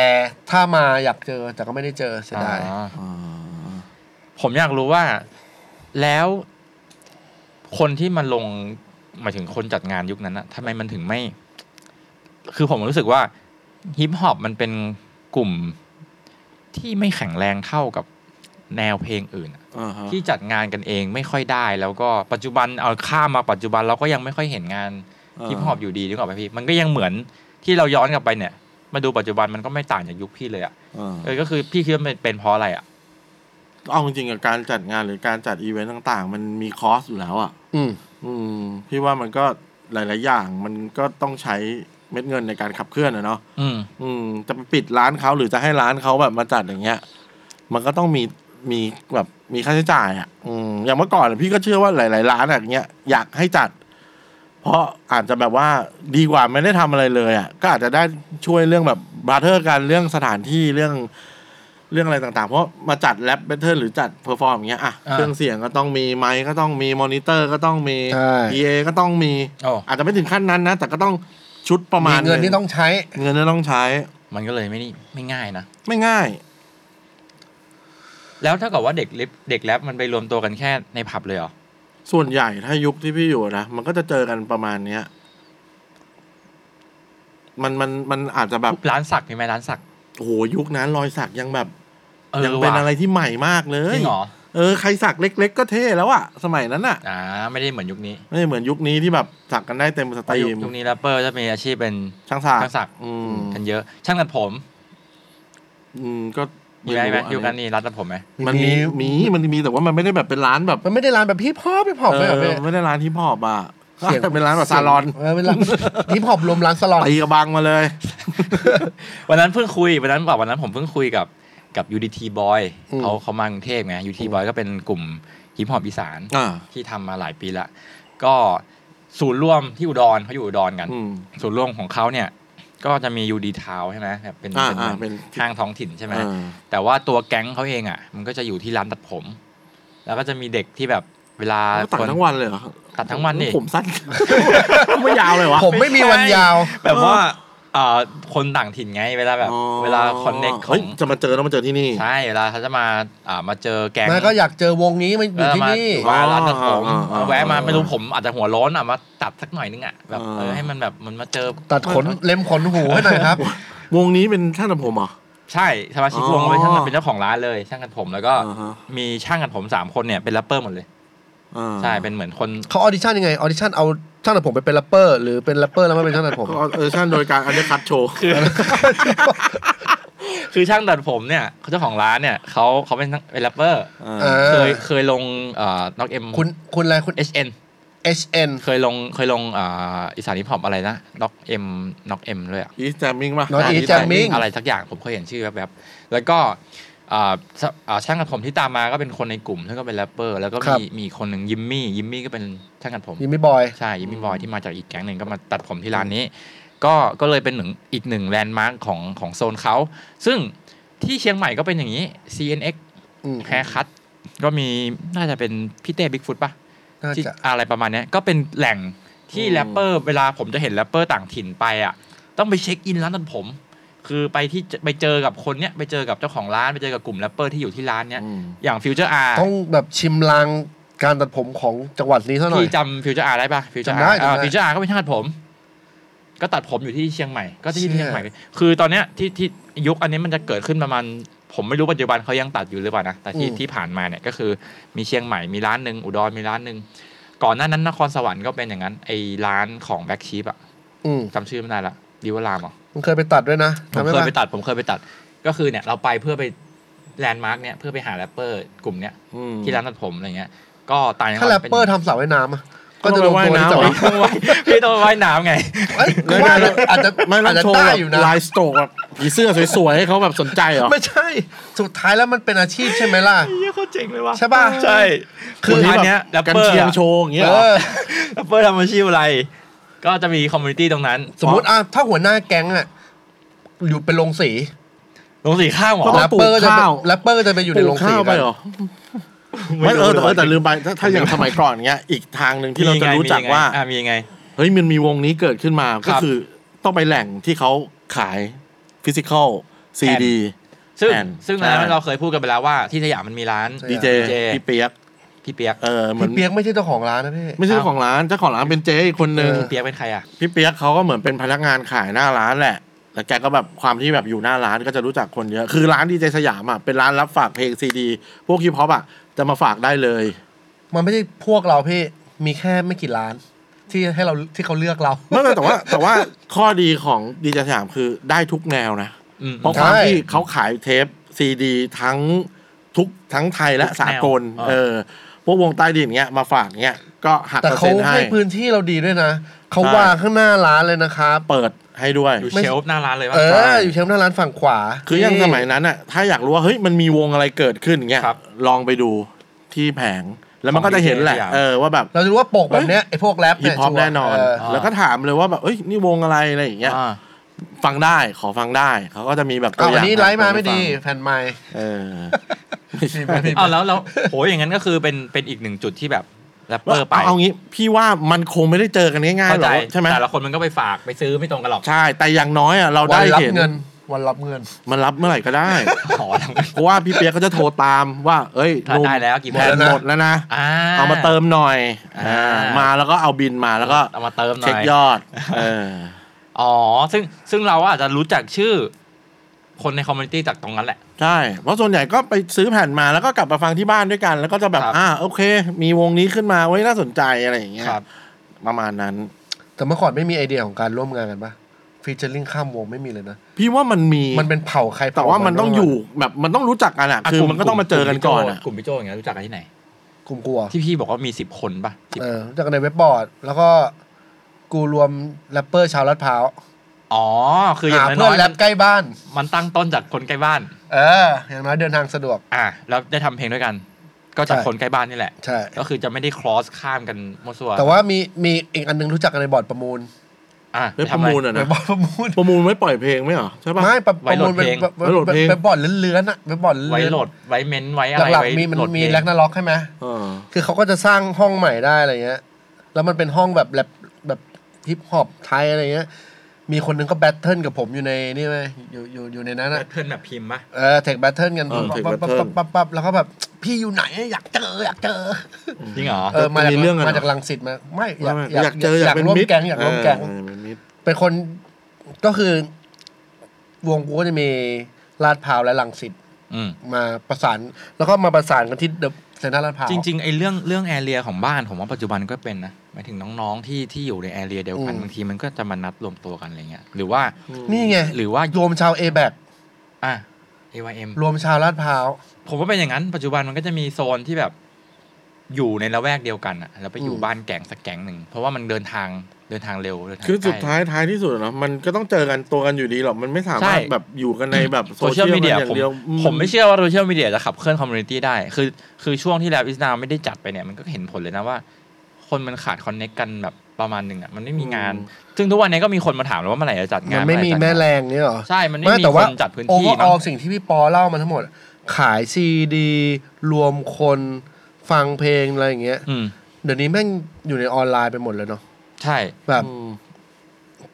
[SPEAKER 5] ถ้ามาอยากเจอแต่ก็ไม่ได้เจอเสียดาย
[SPEAKER 4] อ่า
[SPEAKER 6] อ่า
[SPEAKER 4] ผมอยากรู้ว่าแล้วคนที่มาลงหมายถึงคนจัดงานยุคนั้นอะทำไมมันถึงไม่ คือผมรู้สึกว่าฮิปฮอปมันเป็นกลุ่มที่ไม่แข็งแรงเท่ากับแนวเพลงอื่นอะ
[SPEAKER 6] อ่าฮะ
[SPEAKER 4] ที่จัดงานกันเองไม่ค่อยได้ แล้วก็ปัจจุบันเอาข้ามมาปัจจุบันเราก็ยังไม่ค่อยเห็นงาน
[SPEAKER 6] อ่า
[SPEAKER 4] ฮิปฮอปอยู่ดีนึกออกไหมพี่ มันก็ยังเหมือนที่เราย้อนกลับไปเนี่ย มาดูปัจจุบันมันก็ไม่ต่างจากยุคพี่เลยอ่ะ
[SPEAKER 6] อ่า
[SPEAKER 4] เออก็คือพี่คิดว่ามันเป็นเพราะอะไรอ่ะ
[SPEAKER 6] เอาจริงๆกับการจัดงานหรือการจัดอีเวนต์ต่างๆ มันมีคอสอยู่แล้วอ่ะ
[SPEAKER 5] อืม
[SPEAKER 6] อืม พี่ว่ามันก็หลาย ๆ อย่างมันก็ต้องใช้เม็ดเงินในการขับเคลื่อนนะเนาะ
[SPEAKER 4] อืม
[SPEAKER 6] อืม จะไปปิดร้านเขาหรือจะให้ร้านเขาแบบมาจัดอย่างเงี้ย มันก็ต้องมีมีแบบมีค่าใช้จ่ายอ่ะ อืมอย่างเมื่อก่อนอะพี่ก็เชื่อว่าหลาย ๆ ร้านอะอย่างเงี้ยอยากให้จัด เพราะอาจจะแบบว่าดีกว่าไม่ได้ทำอะไรเลยอ่ะก็อาจจะได้ช่วยเรื่องแบบบาร์เทอร์กันเรื่องสถานที่เรื่องเรื่องอะไรต่างๆ เพราะมาจัดแรปเบเทอร์หรือจัดเพอร์ฟอร์มอย่างเงี้ยอ่ะ
[SPEAKER 4] อ่า
[SPEAKER 6] เครื่องเสียงก็ต้องมีไมค์ก็ต้องมีมอนิเตอร์ก็ต้องมี
[SPEAKER 5] ใช่
[SPEAKER 6] PA ก็ต้องมี
[SPEAKER 4] โอ้
[SPEAKER 6] อาจจะไม่ถึงขั้นนั้นนะ แต่ก็ต้องชุดประมา
[SPEAKER 5] มี
[SPEAKER 6] ณ
[SPEAKER 5] เงิน
[SPEAKER 6] ห
[SPEAKER 5] ที่ต้องใช้
[SPEAKER 6] เงินที่ต้องใช้
[SPEAKER 4] มันก็เลยไม่นี่ไม่ง่ายนะ
[SPEAKER 6] ไม่ง่าย
[SPEAKER 4] แล้วถ้าเกิดว่าเด็กลิฟเด็กแรปมันไปรวมตัวกันแค่ในผับเลยเหรอ
[SPEAKER 6] ส่วนใหญ่ถ้ายุคที่พี่อยู่นะมันก็จะเจอกันประมาณเนี้ยมันมันมันอาจจะแบบ
[SPEAKER 4] ร้านสักมีไหมร้านสัก
[SPEAKER 6] โอ้โหยุคนั้นรอยสักยังแบบ
[SPEAKER 4] เออ
[SPEAKER 6] ยังเป็น
[SPEAKER 4] ว่ะ
[SPEAKER 6] อะไรที่ใหม่มากเลย
[SPEAKER 4] จริงเหรอ
[SPEAKER 6] เออใครสักเล็ก ๆ ก็เท่แล้วอะสมัยนั้นอะ
[SPEAKER 4] อ่า ไม่ได้เหมือนยุคนี้
[SPEAKER 6] ไม่ได้เหมือนยุคนี้ที่แบบสักกันได้เต็มสตรี
[SPEAKER 4] ยุค
[SPEAKER 6] ม
[SPEAKER 4] ยุคนี้แรปเปอร์จะมีอาชีพเป็น
[SPEAKER 6] ช่างสัก
[SPEAKER 4] ช่างสัก
[SPEAKER 6] อืม
[SPEAKER 4] กันเยอะ ช่างตัดผม
[SPEAKER 6] อืมก็
[SPEAKER 4] มีไหมไหม
[SPEAKER 6] รู้
[SPEAKER 4] ยุคนั้นนี่ร้านตัดผมไหม
[SPEAKER 6] มันมีมีมันมีแต่ว่ามันไม่ได้แบบเป็นร้านแบบ
[SPEAKER 5] มันไม่ได้ร้านแบบพี่พ่อพี่ผอบ
[SPEAKER 6] เอ
[SPEAKER 5] เลยเหรอ
[SPEAKER 6] อ
[SPEAKER 5] พี่
[SPEAKER 6] ไม่ได้ร้านที่พอบอะ
[SPEAKER 5] เสียง
[SPEAKER 6] เป็นร้านแบบซาลอน
[SPEAKER 5] เออเป็นร้านพี่ผอบรวมร้านซาลอน
[SPEAKER 6] ตีกระบังมาเลย
[SPEAKER 4] วันนั้นเพิ่งคุยวันนั้นบอกวันนั้นผมเพิ่งคุยกับกับ UDT Boy เขาเขามากรุงเทพไง UDT Boy ก็เป็นกลุ่มฮิปฮอปอีสาน
[SPEAKER 6] อ่า
[SPEAKER 4] ที่ทำมาหลายปีละ ก็ศูนย์ร่วมที่อุดรเขาอยู่อุดรกัน
[SPEAKER 6] อืม
[SPEAKER 4] ศูนย์ร่วมของเขาเนี่ย ก็จะมี UD Town ใช่ไหมแบบเป็น
[SPEAKER 6] อ่า
[SPEAKER 4] เป็น
[SPEAKER 6] อ่า
[SPEAKER 4] เหมือน
[SPEAKER 6] เป็น
[SPEAKER 4] ห้างท้องถิ่นใช่ไหม
[SPEAKER 6] เออ
[SPEAKER 4] แต่ว่าตัวแก๊งเขาเองอ่ะ มันก็จะอยู่ที่ร้านตัดผม แล้วก็จะมีเด็กที่แบบเวลา
[SPEAKER 6] ตัด
[SPEAKER 4] คน
[SPEAKER 6] ทั้งวันเลยเหรอ
[SPEAKER 4] ตัดทั้งวันนี่
[SPEAKER 6] ผมสั้น ไม่ยาวเลยวะ
[SPEAKER 5] ผมไม่มีวันยาว
[SPEAKER 4] แบบว่า เอ่อคนต่างถิ่นไงเวลาแบบ
[SPEAKER 6] อ๋อ
[SPEAKER 4] เวลาคอนเน็กขอ
[SPEAKER 6] ฮ้ย
[SPEAKER 4] ง
[SPEAKER 6] จะมาเจอต้องมาเจอที่นี่
[SPEAKER 4] ใช่เวลาเขาจะมาอ่ามาเจอแก๊ง
[SPEAKER 5] ไม่ก็อยากเจอวงนี้มันอยู่
[SPEAKER 4] เวลา
[SPEAKER 5] ที่
[SPEAKER 4] มา
[SPEAKER 5] นี่
[SPEAKER 4] มาร้านตัดผม
[SPEAKER 6] อ๋ออ๋ออ๋อ
[SPEAKER 4] แวะมาไม่รู้ผมอาจจะหัวร้อนอ่ะมาตัดสักหน่อยนึงอ่ะแบบ
[SPEAKER 6] อ๋อ
[SPEAKER 4] เออให้มันแบบมันมาเจอ
[SPEAKER 5] ตัดขนเล็มขนหูให้หน่อยครับ
[SPEAKER 6] วงนี้เป็นช่างทำผมเหรอ
[SPEAKER 4] ใช่สมาชิก
[SPEAKER 6] อ๋อ
[SPEAKER 4] วงเป็นช่างเป็นเจ้าของร้านเลยช่างกันผมแล้วก็
[SPEAKER 6] อ่าฮะ
[SPEAKER 4] มีช่างกันผมสามคนเนี่ยเป็นแรปเปอร์หมดเลย
[SPEAKER 6] อ่า
[SPEAKER 4] ใช่เป็นเหมือนคน
[SPEAKER 5] เขาออดิชั่นยังไง ออดิชั่นเอาช่างตัดผมไปเป็นแรปเปอร์หรือเป็นแรปเปอร์แล้วมาเป็นช่างตัดผม
[SPEAKER 6] ก็เออช่างโดยการอันเดอร์คัตโชว์
[SPEAKER 4] คือช่างตัดผมเนี่ยเจ้าของร้านเนี่ยเขาเขาเป็นเป็นแรปเปอร์
[SPEAKER 5] เอ
[SPEAKER 4] เค
[SPEAKER 5] อย
[SPEAKER 4] เคยลงเอ่อน็อกเอ็ม
[SPEAKER 5] คุณคุณอะไรคุณ
[SPEAKER 4] HN
[SPEAKER 5] HN
[SPEAKER 4] เคยลงเคยลงอ่าอีสานฮิปฮอปอะไรนะน็อกเอ็มน็อกเอ็มด้วยอะ
[SPEAKER 6] อีสแจมมิ่งป่ะ
[SPEAKER 5] Not
[SPEAKER 4] า
[SPEAKER 5] East
[SPEAKER 4] ที่แต่
[SPEAKER 5] Jamming
[SPEAKER 4] อะไรสักอย่างผมเคยเห็นชื่อแบบๆแล้วก็อ่าชอ่าช่างตัดผมที่ตามมาก็เป็นคนในกลุ่มซึ่งก็เป็นแรปเปอร์แล้วก็
[SPEAKER 5] ครั
[SPEAKER 4] มี
[SPEAKER 5] บ
[SPEAKER 4] มีอีกคนหนึ่งยิมมี่ยิมมี่ก็เป็นช่างตัดผม
[SPEAKER 5] ยิมมี่บอย
[SPEAKER 4] ใช่ยิมมี่บอยที่มาจากอีกแก๊งหนึ่งก็มาตัดผมที่ร้านนี้ ก็ก็เลยเป็นหนึ่งอีกหนึ่งแลนด์มาร์คของของโซนเขาซึ่งที่เชียงใหม่ก็เป็นอย่างนี้ CNX
[SPEAKER 5] อืม
[SPEAKER 4] แฮคัตก็มีน่าจะเป็นพี่เต้บิ๊กฟุตปะ
[SPEAKER 5] น่า
[SPEAKER 4] ที่
[SPEAKER 5] จะ
[SPEAKER 4] อะไรประมาณเนี้ยก็เป็นแหล่งที่
[SPEAKER 6] อืม
[SPEAKER 4] แรปเปอร์เวลาผมจะเห็นแรปเปอร์ต่างถิ่นไปอ่ะ ต้องไปเช็คอินร้านตัดผม คือไปที่เจไปเจอกับคนเนี้ยไปเจอกับเจ้าของร้านไปเจอกับกลุ่มแรปเปอร์ที่อยู่ที่ร้านเนี้ย
[SPEAKER 6] อืม
[SPEAKER 4] อย่างฟิวเจอร์อาร์
[SPEAKER 5] ต้องแบบชิมลางการตัดผมของจังหวัดนี้ซะหน่อย
[SPEAKER 4] พี่จำฟิวเจอร์อาร์ได้ปะฟิวเจอร์
[SPEAKER 5] จำได้
[SPEAKER 4] อา
[SPEAKER 5] จำ
[SPEAKER 4] ร์
[SPEAKER 5] ได้
[SPEAKER 4] ฟิวเจอร์อาร์ก็เป็นช่างตัดผม ก็ตัดผมอยู่ที่เชียงใหม่ ก็ที่
[SPEAKER 5] เชี่ย
[SPEAKER 4] เชียงใหม่ คือตอนเนี้ยที่ที่ยุคอันนี้มันจะเกิดขึ้นประมาณ ผมไม่รู้ปัจจุบันเขายังตัดอยู่หรือเปล่านะ แต่ที่ที่ผ่านมาเนี่ยก็คือมีเชียงใหม่มีร้านหนึ่งอุดรมีร้านหนึ่งก่อนหน้านั้นนครสวรรค์ก็เป็นอย่างนั้นไอ้ร้านของแบ็กชีปอะ
[SPEAKER 5] อืม
[SPEAKER 4] จำชื่อไม่ได้ละดิวารามเหรอ
[SPEAKER 5] มันเคยไปตัดด้วยนะ
[SPEAKER 4] ผ
[SPEAKER 5] จำ
[SPEAKER 4] ม
[SPEAKER 5] ได้
[SPEAKER 4] เคย
[SPEAKER 5] ปะ
[SPEAKER 4] ไปตัดผมเคยไปตัด ก็คือเนี่ยเราไปเพื่อไปแลนด์มาร์กเนี่ยเพื่อไปหาแรปเปอร์กลุ่มเนี้ย
[SPEAKER 6] อืม
[SPEAKER 4] ที่ร้านตัดผมอะไรเงี้ย ก็ต่างจังห
[SPEAKER 5] ถ้า
[SPEAKER 4] วัด
[SPEAKER 5] แรป
[SPEAKER 4] ป็น
[SPEAKER 5] เปอร์ทำสระว่ายน้ำอะก็จะโด
[SPEAKER 6] ต้อน งไป
[SPEAKER 5] ตัว
[SPEAKER 6] ว่าย
[SPEAKER 5] ที่จับ
[SPEAKER 4] ต้องว่าย
[SPEAKER 6] น้ำเหรอ
[SPEAKER 4] พี่ต้องว่ายน้ำไง
[SPEAKER 5] เอ้ยกูว่าอาจจะ
[SPEAKER 6] ไม่แล้
[SPEAKER 5] อาจ
[SPEAKER 6] ว
[SPEAKER 5] จะ
[SPEAKER 6] โชว์
[SPEAKER 5] ได้
[SPEAKER 6] แบบ
[SPEAKER 5] อยู่นะ
[SPEAKER 6] ลายสโตรกแบบผีเสื้อสวยๆให้เขาแบบสนใจเหรอ
[SPEAKER 5] ไม่ใช่ สุดท้ายแล้วมันเป็นอาชีพใช่ไหมล่ะ
[SPEAKER 4] เยี่ยโคตรเจ๋งเลยว่ะ
[SPEAKER 5] ใช่ป่ะ
[SPEAKER 4] ใช่คืออันเนี้ยแรป
[SPEAKER 6] กัน
[SPEAKER 4] เปอร์
[SPEAKER 6] เชียง
[SPEAKER 4] อะ
[SPEAKER 6] โชว์อย่างเงี้ย
[SPEAKER 5] เอ
[SPEAKER 6] เหรอ
[SPEAKER 5] อ
[SPEAKER 4] แรปเปอร์ทำอาชีพอะไร ก็จะมีคอมมูนิตี้ตรงนั้น
[SPEAKER 5] สมมติอ่ะถ้าหัวหน้าแก๊งอ่ะอยู่เป็นโรงสี
[SPEAKER 4] ลงสีข้าวเหรอ
[SPEAKER 6] ต้
[SPEAKER 5] แรง ป
[SPEAKER 6] ปลูก
[SPEAKER 5] เปอร์จะ
[SPEAKER 6] ข้าว
[SPEAKER 5] แรปเปอร์จะไปอยู่ในโรง
[SPEAKER 6] ปลูก
[SPEAKER 5] สี
[SPEAKER 6] ข้าวไป
[SPEAKER 5] กัน
[SPEAKER 6] เหรอไม่เออแต่เออแต่ลืมไปถ้าถ้าอย่างสมัยก่อนเงี้ย อีกทางหนึ่งที่เราจะรู้จักว่า
[SPEAKER 4] อ่ะมียังไง
[SPEAKER 6] เฮ้ยมันมีวงนี้เกิดขึ้นมา
[SPEAKER 4] ครั
[SPEAKER 6] ก็
[SPEAKER 4] บ
[SPEAKER 6] คือต้องไปแหล่งที่เขาขายฟิสิกอลซีดี
[SPEAKER 4] ซึ่ง
[SPEAKER 6] แอน
[SPEAKER 4] ซึ่งอันนั้
[SPEAKER 6] ใช่
[SPEAKER 4] นเราเคยพูดกันไปแล้วว่าที่สยามมันมีร้าน
[SPEAKER 6] ดีเจ
[SPEAKER 4] DJ
[SPEAKER 6] พี่เปียก
[SPEAKER 4] พี่เปียก
[SPEAKER 6] เออเหมือ
[SPEAKER 5] พี่
[SPEAKER 6] น
[SPEAKER 5] เปียกไม่ใช่เจ้าของร้านนะพี่
[SPEAKER 6] ไม่ใช่เจ้าของร้านเจ้าของร้านเป็นเจ๊อีกคนนึง
[SPEAKER 5] เออ
[SPEAKER 4] เปียกเป็นใครอ่ะ
[SPEAKER 6] พี่เปียกเขาก็เหมือนเป็นพนักงานขายหน้าร้านแหละ แล้วแกก็แบบความที่แบบอยู่หน้าร้านก็จะรู้จักคนเยอะ คือร้านดีเจสยามอ่ะ เป็นร้านรับฝากเพลงซีดี พวกฮิปฮอปอ่ะ จะมาฝากได้เลย
[SPEAKER 5] มันไม่ใช่พวกเราพี่มีแค่ไม่กี่ร้าน ที่ให้เราที่เขาเลือกเรา
[SPEAKER 6] ไม่ไม่แต่ว่าแต่ว่าข้อดีของดีเจสยามคือได้ทุกแนวนะ
[SPEAKER 4] อืม
[SPEAKER 6] เพราะความ
[SPEAKER 5] ใช่
[SPEAKER 6] ที่เขาขายเทปซีดี ทั้งทุกทั้งไทยและสากล
[SPEAKER 4] ทุกแนว
[SPEAKER 6] เออ พวกวงใต้ดินเงี้ยมาฝากเงี้ยก็หัก
[SPEAKER 5] แต่
[SPEAKER 6] เปอร์
[SPEAKER 5] เขา
[SPEAKER 6] เซ็นต์ให้
[SPEAKER 5] ให้พื้นที่เราดีด้วยนะเขา
[SPEAKER 6] ใช่
[SPEAKER 5] วางข้างหน้าร้านเลยนะครับ
[SPEAKER 6] เปิดให้ด้วย
[SPEAKER 4] อยู่เชลฟ์หน้าร้านเลยว่า
[SPEAKER 5] เอออยู่เชมป์หน้าร้านฝั่งขวา
[SPEAKER 6] คือยังสมัยนั้นอ่ะ ถ้าอยากรู้ว่าเฮ้ยมันมีวงอะไรเกิดขึ้นเงี้ย
[SPEAKER 4] ครับ
[SPEAKER 6] ลองไปดูที่แผง แล้วมันก็จะเห็นแหละ
[SPEAKER 4] ของ DJ สยาม
[SPEAKER 6] เออว่าแบบ
[SPEAKER 5] เราจะรู้ว่าปกแบบเนี้ยไอ้พวกแรป
[SPEAKER 6] ฮิ
[SPEAKER 5] เนี่ย
[SPEAKER 6] ปฮอป
[SPEAKER 5] ชัวร์
[SPEAKER 6] แน่นอน
[SPEAKER 5] เ
[SPEAKER 4] อ
[SPEAKER 6] แล้วก็ถามเลยว่าแบบเอ้ยนี่วงอะไรอะไรอย่างเงี้ย
[SPEAKER 4] อ่า
[SPEAKER 6] ฟังได้ขอฟังได้เขาก็จะมีแบบตั
[SPEAKER 5] เอา
[SPEAKER 6] วอ
[SPEAKER 5] อัน
[SPEAKER 6] ย่าง
[SPEAKER 5] นี้ไลฟ์มาไม่ดี
[SPEAKER 6] ให้ฟัง
[SPEAKER 5] แผ่นไม้
[SPEAKER 6] เออ
[SPEAKER 4] เอาแล้วแล้วโหอย่างนั้นก็คือเป็นเป็นอีกหนึ่งจุดที่แบบแรปเปอร์ไป
[SPEAKER 6] เอาเอางี้พี่ว่ามันคงไม่ได้เจอกันง่ายๆ
[SPEAKER 4] เข้า
[SPEAKER 6] หร
[SPEAKER 4] ใจ
[SPEAKER 6] อกใช่ไหม
[SPEAKER 4] แต่ละคนมันก็ไปฝากไปซื้อไม่ตรงกันหรอก
[SPEAKER 6] ใช่แต่อย่างน้อยอ่ะเรา
[SPEAKER 5] วั
[SPEAKER 6] ได้
[SPEAKER 5] นรับ
[SPEAKER 6] เห็น
[SPEAKER 5] เงินวันรับเงิน
[SPEAKER 6] มันรับเมื่อไหร่ก็ได้
[SPEAKER 4] ขอทำ
[SPEAKER 6] เพราะว่าพี่เปียกก็จะโทรตามว่า เอ้ย
[SPEAKER 4] ถ้าได้แล้วกี่
[SPEAKER 6] แผ่น
[SPEAKER 4] แผ่นแล้วนะ
[SPEAKER 6] หมดแล้วนะ
[SPEAKER 4] อ่า
[SPEAKER 6] เอามาเติมหน่อย
[SPEAKER 4] อ่า
[SPEAKER 6] อ่ามาแล้วก็เอาบินมาแล้วก็
[SPEAKER 4] เอามาเติมหน่อย
[SPEAKER 6] เช็คยอด เออ
[SPEAKER 4] อ๋อ ซึ่งซึ่งเราอาจจะรู้จักชื่อ คนในคอมมูนิตี้จากตรงนั้นแหละ
[SPEAKER 6] ใช่ เพราะส่วนใหญ่ก็ไปซื้อแผ่นมาแล้วก็กลับมาฟังที่บ้านด้วยกัน แล้วก็จะแบบ
[SPEAKER 4] ครับ
[SPEAKER 6] อ่า โอเค มีวงนี้ขึ้นมาไว้ยน่าสนใจอะไรอย่างเงี้ย ประมาณนั้น
[SPEAKER 5] แต่เมื่อก่อนไม่มีไอเดียของการร่วมงานกันปะฟีเจอริ่งข้ามวงไม่มีเลยนะ
[SPEAKER 6] พี่ว่ามันมี
[SPEAKER 5] มันเป็นเผ่าใครเผ่
[SPEAKER 6] แต่ว่ามันต้องอยู่แบบมันต้องรู้จักกันอ่ะ คือมันก็ต้องมาเจอกันก่อนอ่ะ
[SPEAKER 4] กลุ่มพี่โจอย่างเงี้ยรู้จักกันที่ไหน
[SPEAKER 5] กลุ่มกลัว
[SPEAKER 4] ที่พี่บอกว่ามีสิบคนป่ะ10
[SPEAKER 5] เออรู้จากในเว็บบอร์ด แล้วก็กูรวมแรปเปอร์ชาวลาดพร้าว
[SPEAKER 4] อ๋อ คืออย่า
[SPEAKER 5] หาง เพื่
[SPEAKER 4] น้
[SPEAKER 5] อ
[SPEAKER 4] อน ยๆ
[SPEAKER 5] แร
[SPEAKER 4] มัน
[SPEAKER 5] ปใกล้บ้าน
[SPEAKER 4] มันตั้งต้นจากคนใกล้บ้าน
[SPEAKER 5] เออ อย่างน้อยเดินทางสะดวก
[SPEAKER 4] อ่ะแล้วได้ทำเพลงด้วยกัน ก็จาก
[SPEAKER 5] ใช่
[SPEAKER 4] คนใกล้บ้านนี่แหละ
[SPEAKER 5] ใช่
[SPEAKER 4] ก็คือจะไม่ได้ค o อสข้ามกันมั่วซั่ว
[SPEAKER 5] แต่ว่ามีมีอีกอันนึงรู้จักกันในบอร์ดประมูล
[SPEAKER 4] อ่ะ
[SPEAKER 6] เฮ้ย
[SPEAKER 4] ไป
[SPEAKER 6] ป
[SPEAKER 4] ทำ
[SPEAKER 6] ระ
[SPEAKER 4] อะไร
[SPEAKER 6] มูลอ่ะ
[SPEAKER 5] ใน
[SPEAKER 6] นะ
[SPEAKER 5] บอร์ดประมูล
[SPEAKER 6] ประมูลไม่ปล่อยเพลงไหมเหรอใช่ป่ะ
[SPEAKER 5] ไม่ประ
[SPEAKER 4] ไว้โหล
[SPEAKER 5] มู
[SPEAKER 4] ด
[SPEAKER 5] ลเป็น
[SPEAKER 4] เพลง
[SPEAKER 5] แบบ
[SPEAKER 6] ไว้โหลดเพลง
[SPEAKER 5] เป็นบอร์ดเลื้อนๆอะเป็นบอร์ดเลื้อน
[SPEAKER 4] ไว้โหลดไว้เม้นไว้อะไร
[SPEAKER 5] หลัก
[SPEAKER 4] ไว้
[SPEAKER 5] ๆมีมัน
[SPEAKER 4] โหลด
[SPEAKER 5] มี
[SPEAKER 4] เพลง
[SPEAKER 5] แลกนาล็อกใช่ไหม
[SPEAKER 6] เออ
[SPEAKER 5] คือเขาก็จะสร้างห้องใหม่ได้อะไรเงี้ย แล้วมันเป็นห้องแบบแรปแบบฮิปฮอปไทยอะไรเงี้ย มีคนหนึงก็แบทเทิลกับผมอยู่ในนี่เว้ยอยู่อยู่อยู่ในนั้นอะ
[SPEAKER 4] เพื่อนแบบพิมพ์ปะ
[SPEAKER 5] เออเทคแบทเทิลกัน
[SPEAKER 6] เอ
[SPEAKER 5] ปั๊
[SPEAKER 6] อบ Tech
[SPEAKER 5] ปั๊บปั๊บ
[SPEAKER 6] Battle
[SPEAKER 5] ปั๊บปั๊บปั๊บแล้วก็แบบ พี่อยู่ไหนอยากเจออยากเจอ
[SPEAKER 4] จริงเหรอ
[SPEAKER 5] เออมาจาก
[SPEAKER 6] มีเรื่องกันเหรอ
[SPEAKER 5] มาจากลังสิตมาไม่อยาก
[SPEAKER 6] อยากเจออยากเป็น
[SPEAKER 5] ร่วม
[SPEAKER 6] มิตร
[SPEAKER 5] แก๊งอยากร่วมแก๊ง
[SPEAKER 6] เออเป็นมิตร
[SPEAKER 5] เป็นคนก็คือ วงกูก็จะมีลาดพร้าวและลังสิต
[SPEAKER 4] อืม
[SPEAKER 5] มาประสาน แล้วก็มาประสานกันที่เดอะเซ็นทรัลลาดพร้าว
[SPEAKER 4] จริงๆไอ้เรื่องเรื่องแอเรียของบ้านผมว่าปัจจุบันก็เป็นนะหมายถึงน้องๆที่ที่อยู่ในแอเรียเดียวกัน
[SPEAKER 5] อืม
[SPEAKER 4] บางทีมันก็จะมานัดรวมตัวกันอะไรเงี้ยหรือว่า
[SPEAKER 5] นี่ไง
[SPEAKER 4] หรือว่าร
[SPEAKER 5] วมชาวเอแบก
[SPEAKER 4] อ่ะ AYM
[SPEAKER 5] รวมชาวลาดพร้าว
[SPEAKER 4] ผมว่าเป็นอย่างนั้น ปัจจุบันมันก็จะมีโซนที่แบบอยู่ในละแวกเดียวกันอะแล้วไปอยู่
[SPEAKER 5] อืม
[SPEAKER 4] บ้านแก๊งสักแก๊งหนึ่งเพราะว่ามันเดินทางเดินทางเร็วเดินทาง
[SPEAKER 6] คือ
[SPEAKER 4] ใกล้
[SPEAKER 6] สุดท้ายท้ายที่สุดอะเนาะมันก็ต้องเจอกันตัวกันอยู่ดีหรอกมันไม่สามารถ
[SPEAKER 4] ใช่
[SPEAKER 6] แบบอยู่กันในแบบโซ
[SPEAKER 4] โซ
[SPEAKER 6] เชี
[SPEAKER 4] เชีย
[SPEAKER 6] ยล
[SPEAKER 4] ล
[SPEAKER 6] มี
[SPEAKER 4] มี
[SPEAKER 6] เดี
[SPEAKER 4] เดี
[SPEAKER 6] ย
[SPEAKER 4] ย
[SPEAKER 6] อ
[SPEAKER 4] ผม
[SPEAKER 6] ย่างเดียว
[SPEAKER 4] ผมไม่เชื่อว่าโซเชียลมีเดียจะขับเคลื่อนคอมมูนิตี้ได้ คือ คือช่วงที่แลบอิสนาไม่ได้จัดไปเนี่ยมันก็เห็นผลเลยนะว่า คนมันขาดคอนเน็กกันแบบประมาณหนึ่งอ่ะมันไม่มีงาน ซึ่งทุกวันนี้ก็มีคนมาถามแล้วว่าเมื่อไหร่จะจัดงา
[SPEAKER 5] มัน นไม่มี
[SPEAKER 4] เอห
[SPEAKER 5] แม่
[SPEAKER 4] จะจัดงาน
[SPEAKER 5] แรงเนี่ยหรอ
[SPEAKER 4] ใช่ มันไม่
[SPEAKER 5] ไม่
[SPEAKER 4] มี
[SPEAKER 5] แต่
[SPEAKER 4] ค
[SPEAKER 5] ว่าน
[SPEAKER 4] จัดพื้น
[SPEAKER 5] โอ
[SPEAKER 4] ที่
[SPEAKER 5] เวอร์อ
[SPEAKER 4] เนาะ
[SPEAKER 5] สิ่งที่พี่ปอเล่ามาทั้งหมด ขายซีดี รวมคนฟังเพลงอะไรอย่างเงี้ย
[SPEAKER 4] อืม
[SPEAKER 5] เดี๋ยวนี้แม่งอยู่ในออนไลน์ไปหมดเลยเนาะ
[SPEAKER 4] ใช่
[SPEAKER 5] แบบ
[SPEAKER 6] อืม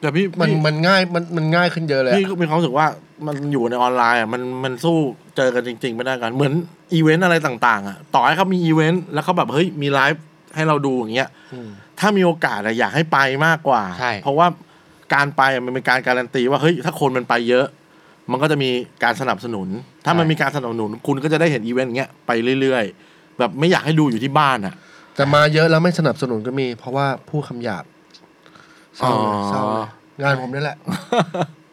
[SPEAKER 6] แต่พี่
[SPEAKER 5] มัน
[SPEAKER 6] พี่
[SPEAKER 5] มันง่ายมันมันง่ายขึ้นเยอะเลย
[SPEAKER 6] พี่
[SPEAKER 5] อะ
[SPEAKER 6] ก็มีความรู้สึกว่ามันอยู่ในออนไลน์อ่ะมันมันสู้เจอกันจริง ๆ ไม่ได้กัน เหมือนอีเวนต์อะไรต่างๆอ่ะต่อให้เขามีอีเวนต์แล้วเขาแบบเฮ้ยมีไลฟ์ให้เราดูอย่างเงี้ย
[SPEAKER 5] อืม
[SPEAKER 6] ถ้ามีโอกาสอะอยากให้ไปมากกว่า
[SPEAKER 4] ใช่
[SPEAKER 6] เพราะว่าการไปอะมันเป็นการการันตีว่าเฮ้ยถ้าคนมันไปเยอะ มันก็จะมีการสนับสนุน ถ้ามันมีการสนับสนุน คุณก็จะได้เห็นอีเวนต์อย่างเงี้ยไปเรื่อยๆ แบบไม่อยากให้ดูอยู่ที่บ้านอ่ะ
[SPEAKER 5] แต่มาเยอะแล้วไม่สนับสนุนก็มี เพราะว่าผู้คำหยาบเศร้าเลย
[SPEAKER 6] อ๋อ
[SPEAKER 5] เศร้าเลยงานผมนี่แหละ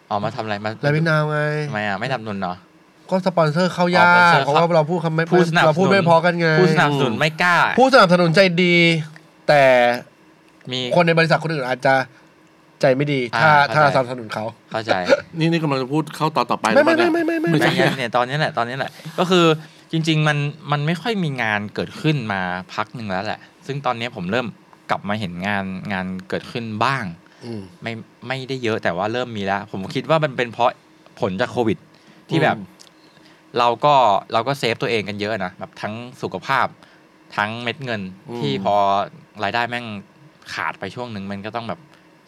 [SPEAKER 4] ออกมาทำอะไรมา
[SPEAKER 5] แล้วพี่นาวไง
[SPEAKER 4] ทำไมอ่ะไม่ดับนุนเนาะ
[SPEAKER 5] ก็สปอนเซอร์เข้า
[SPEAKER 4] อ๋
[SPEAKER 5] ยา
[SPEAKER 4] อสปอนเซอก ร์
[SPEAKER 5] เพราะว่า
[SPEAKER 4] เข้า
[SPEAKER 5] เราพูดคำไม่
[SPEAKER 4] ผู้สนับ
[SPEAKER 5] เรา
[SPEAKER 4] ส
[SPEAKER 5] พูด
[SPEAKER 4] นุน
[SPEAKER 5] ไม่พอกันไง
[SPEAKER 4] ผู้สนับสนุนไม่กล้า
[SPEAKER 5] ผู้สนับสนุนใจดี แต่
[SPEAKER 4] มี
[SPEAKER 5] คนในบริษัทคนอื่นอาจจะใจไม่ดี
[SPEAKER 4] อ่า
[SPEAKER 5] ถ้าถ้าสนับ
[SPEAKER 4] เข้าใจ
[SPEAKER 5] สนุนเขา
[SPEAKER 4] เข้าใจ
[SPEAKER 6] นี่นี่กำลังจะพูดเข้าต่อนต่อไป
[SPEAKER 5] ไม่ไม่
[SPEAKER 6] หรือเปล่า
[SPEAKER 5] ไม่ไม่ไม่ไม่
[SPEAKER 4] ไม่
[SPEAKER 6] เนี่ยใช่
[SPEAKER 4] ใช่เนี่ยตอนนี้แหละตอนนี้แหละ ก็คือจริง ๆ มันมันไม่ค่อยมีงานเกิดขึ้นมาพักหนึ่งแล้วแหละ ซึ่งตอนนี้ผมเริ่มกลับมาเห็นงานงานเกิดขึ้นบ้าง
[SPEAKER 5] อืม
[SPEAKER 4] ไม่ไม่ได้เยอะแต่ว่าเริ่มมีแล้ว ผมคิดว่ามันเป็นเพราะผลจากโควิด ที่แบบเราก็เราก็เซฟตัวเองกันเยอะนะแบบทั้งสุขภาพทั้งเม็ดเงินที่พอรายได้แม่งขาดไปช่วงหนึ่งมันก็ต้องแบบ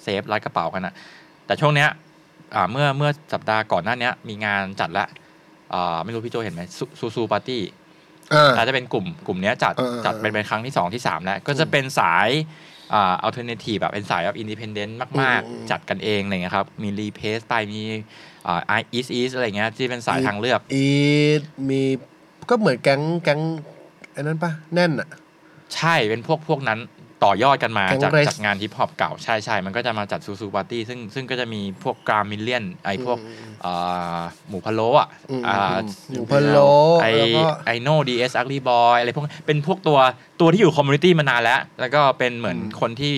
[SPEAKER 4] เซฟรัดกระเป๋ากันอะแต่ช่วงเนี้ยอ่าเมื่อเมื่อสัปดาห์ก่อนหน้าเนี้ย มีงานจัดละอ่าไม่รู้พี่โจเห็นไหมซูซูซูปาร์ตี้
[SPEAKER 5] อ่า
[SPEAKER 4] อาจจะเป็นกลุ่มกลุ่มเนี้ยจัด
[SPEAKER 5] เออเออ
[SPEAKER 4] จัดเป็นเป็นครั้งที่ 2 ที่ 3 แล้ว ก็จะเป็นสายอ่า l t e r n a t i v e แบบเป็นสายแบบ independent มาก
[SPEAKER 5] อืมอืม
[SPEAKER 4] ๆ จัดกันเองอะไรเงี้ยครับ มีรีเพสไปมีอ่า e a s t east อะไรเงี้ยที่เป็นสาย
[SPEAKER 5] มี
[SPEAKER 4] ทางเลือก
[SPEAKER 5] อีทมีก็เหมือนแก๊งแก๊งไอันนั้นปะแน่นอะ
[SPEAKER 4] ใช่เป็นพวกพวกนั้นต่อยอดกันมา
[SPEAKER 5] แก๊ง
[SPEAKER 4] จาก
[SPEAKER 5] Race
[SPEAKER 4] จากงานฮิปฮอปเก่าใช่ใช่มันก็จะมาจัดซูซูปาร์ตี้ซึ่งซึ่งก็จะมีพวกกรามิเลียนไอพวกอ่าหมูพะโล้อ่ะ
[SPEAKER 5] อืม
[SPEAKER 4] อ่า
[SPEAKER 5] อืมหมูพะโล้
[SPEAKER 4] ไอ
[SPEAKER 5] แล้วก็
[SPEAKER 4] ไอโน่ดีเอสอักลีบอยอะไรพวกเป็นพวกตัวตัวที่อยู่คอมมูนิตี้มานานแล้ว แล้วก็เป็นเหมือนคนที่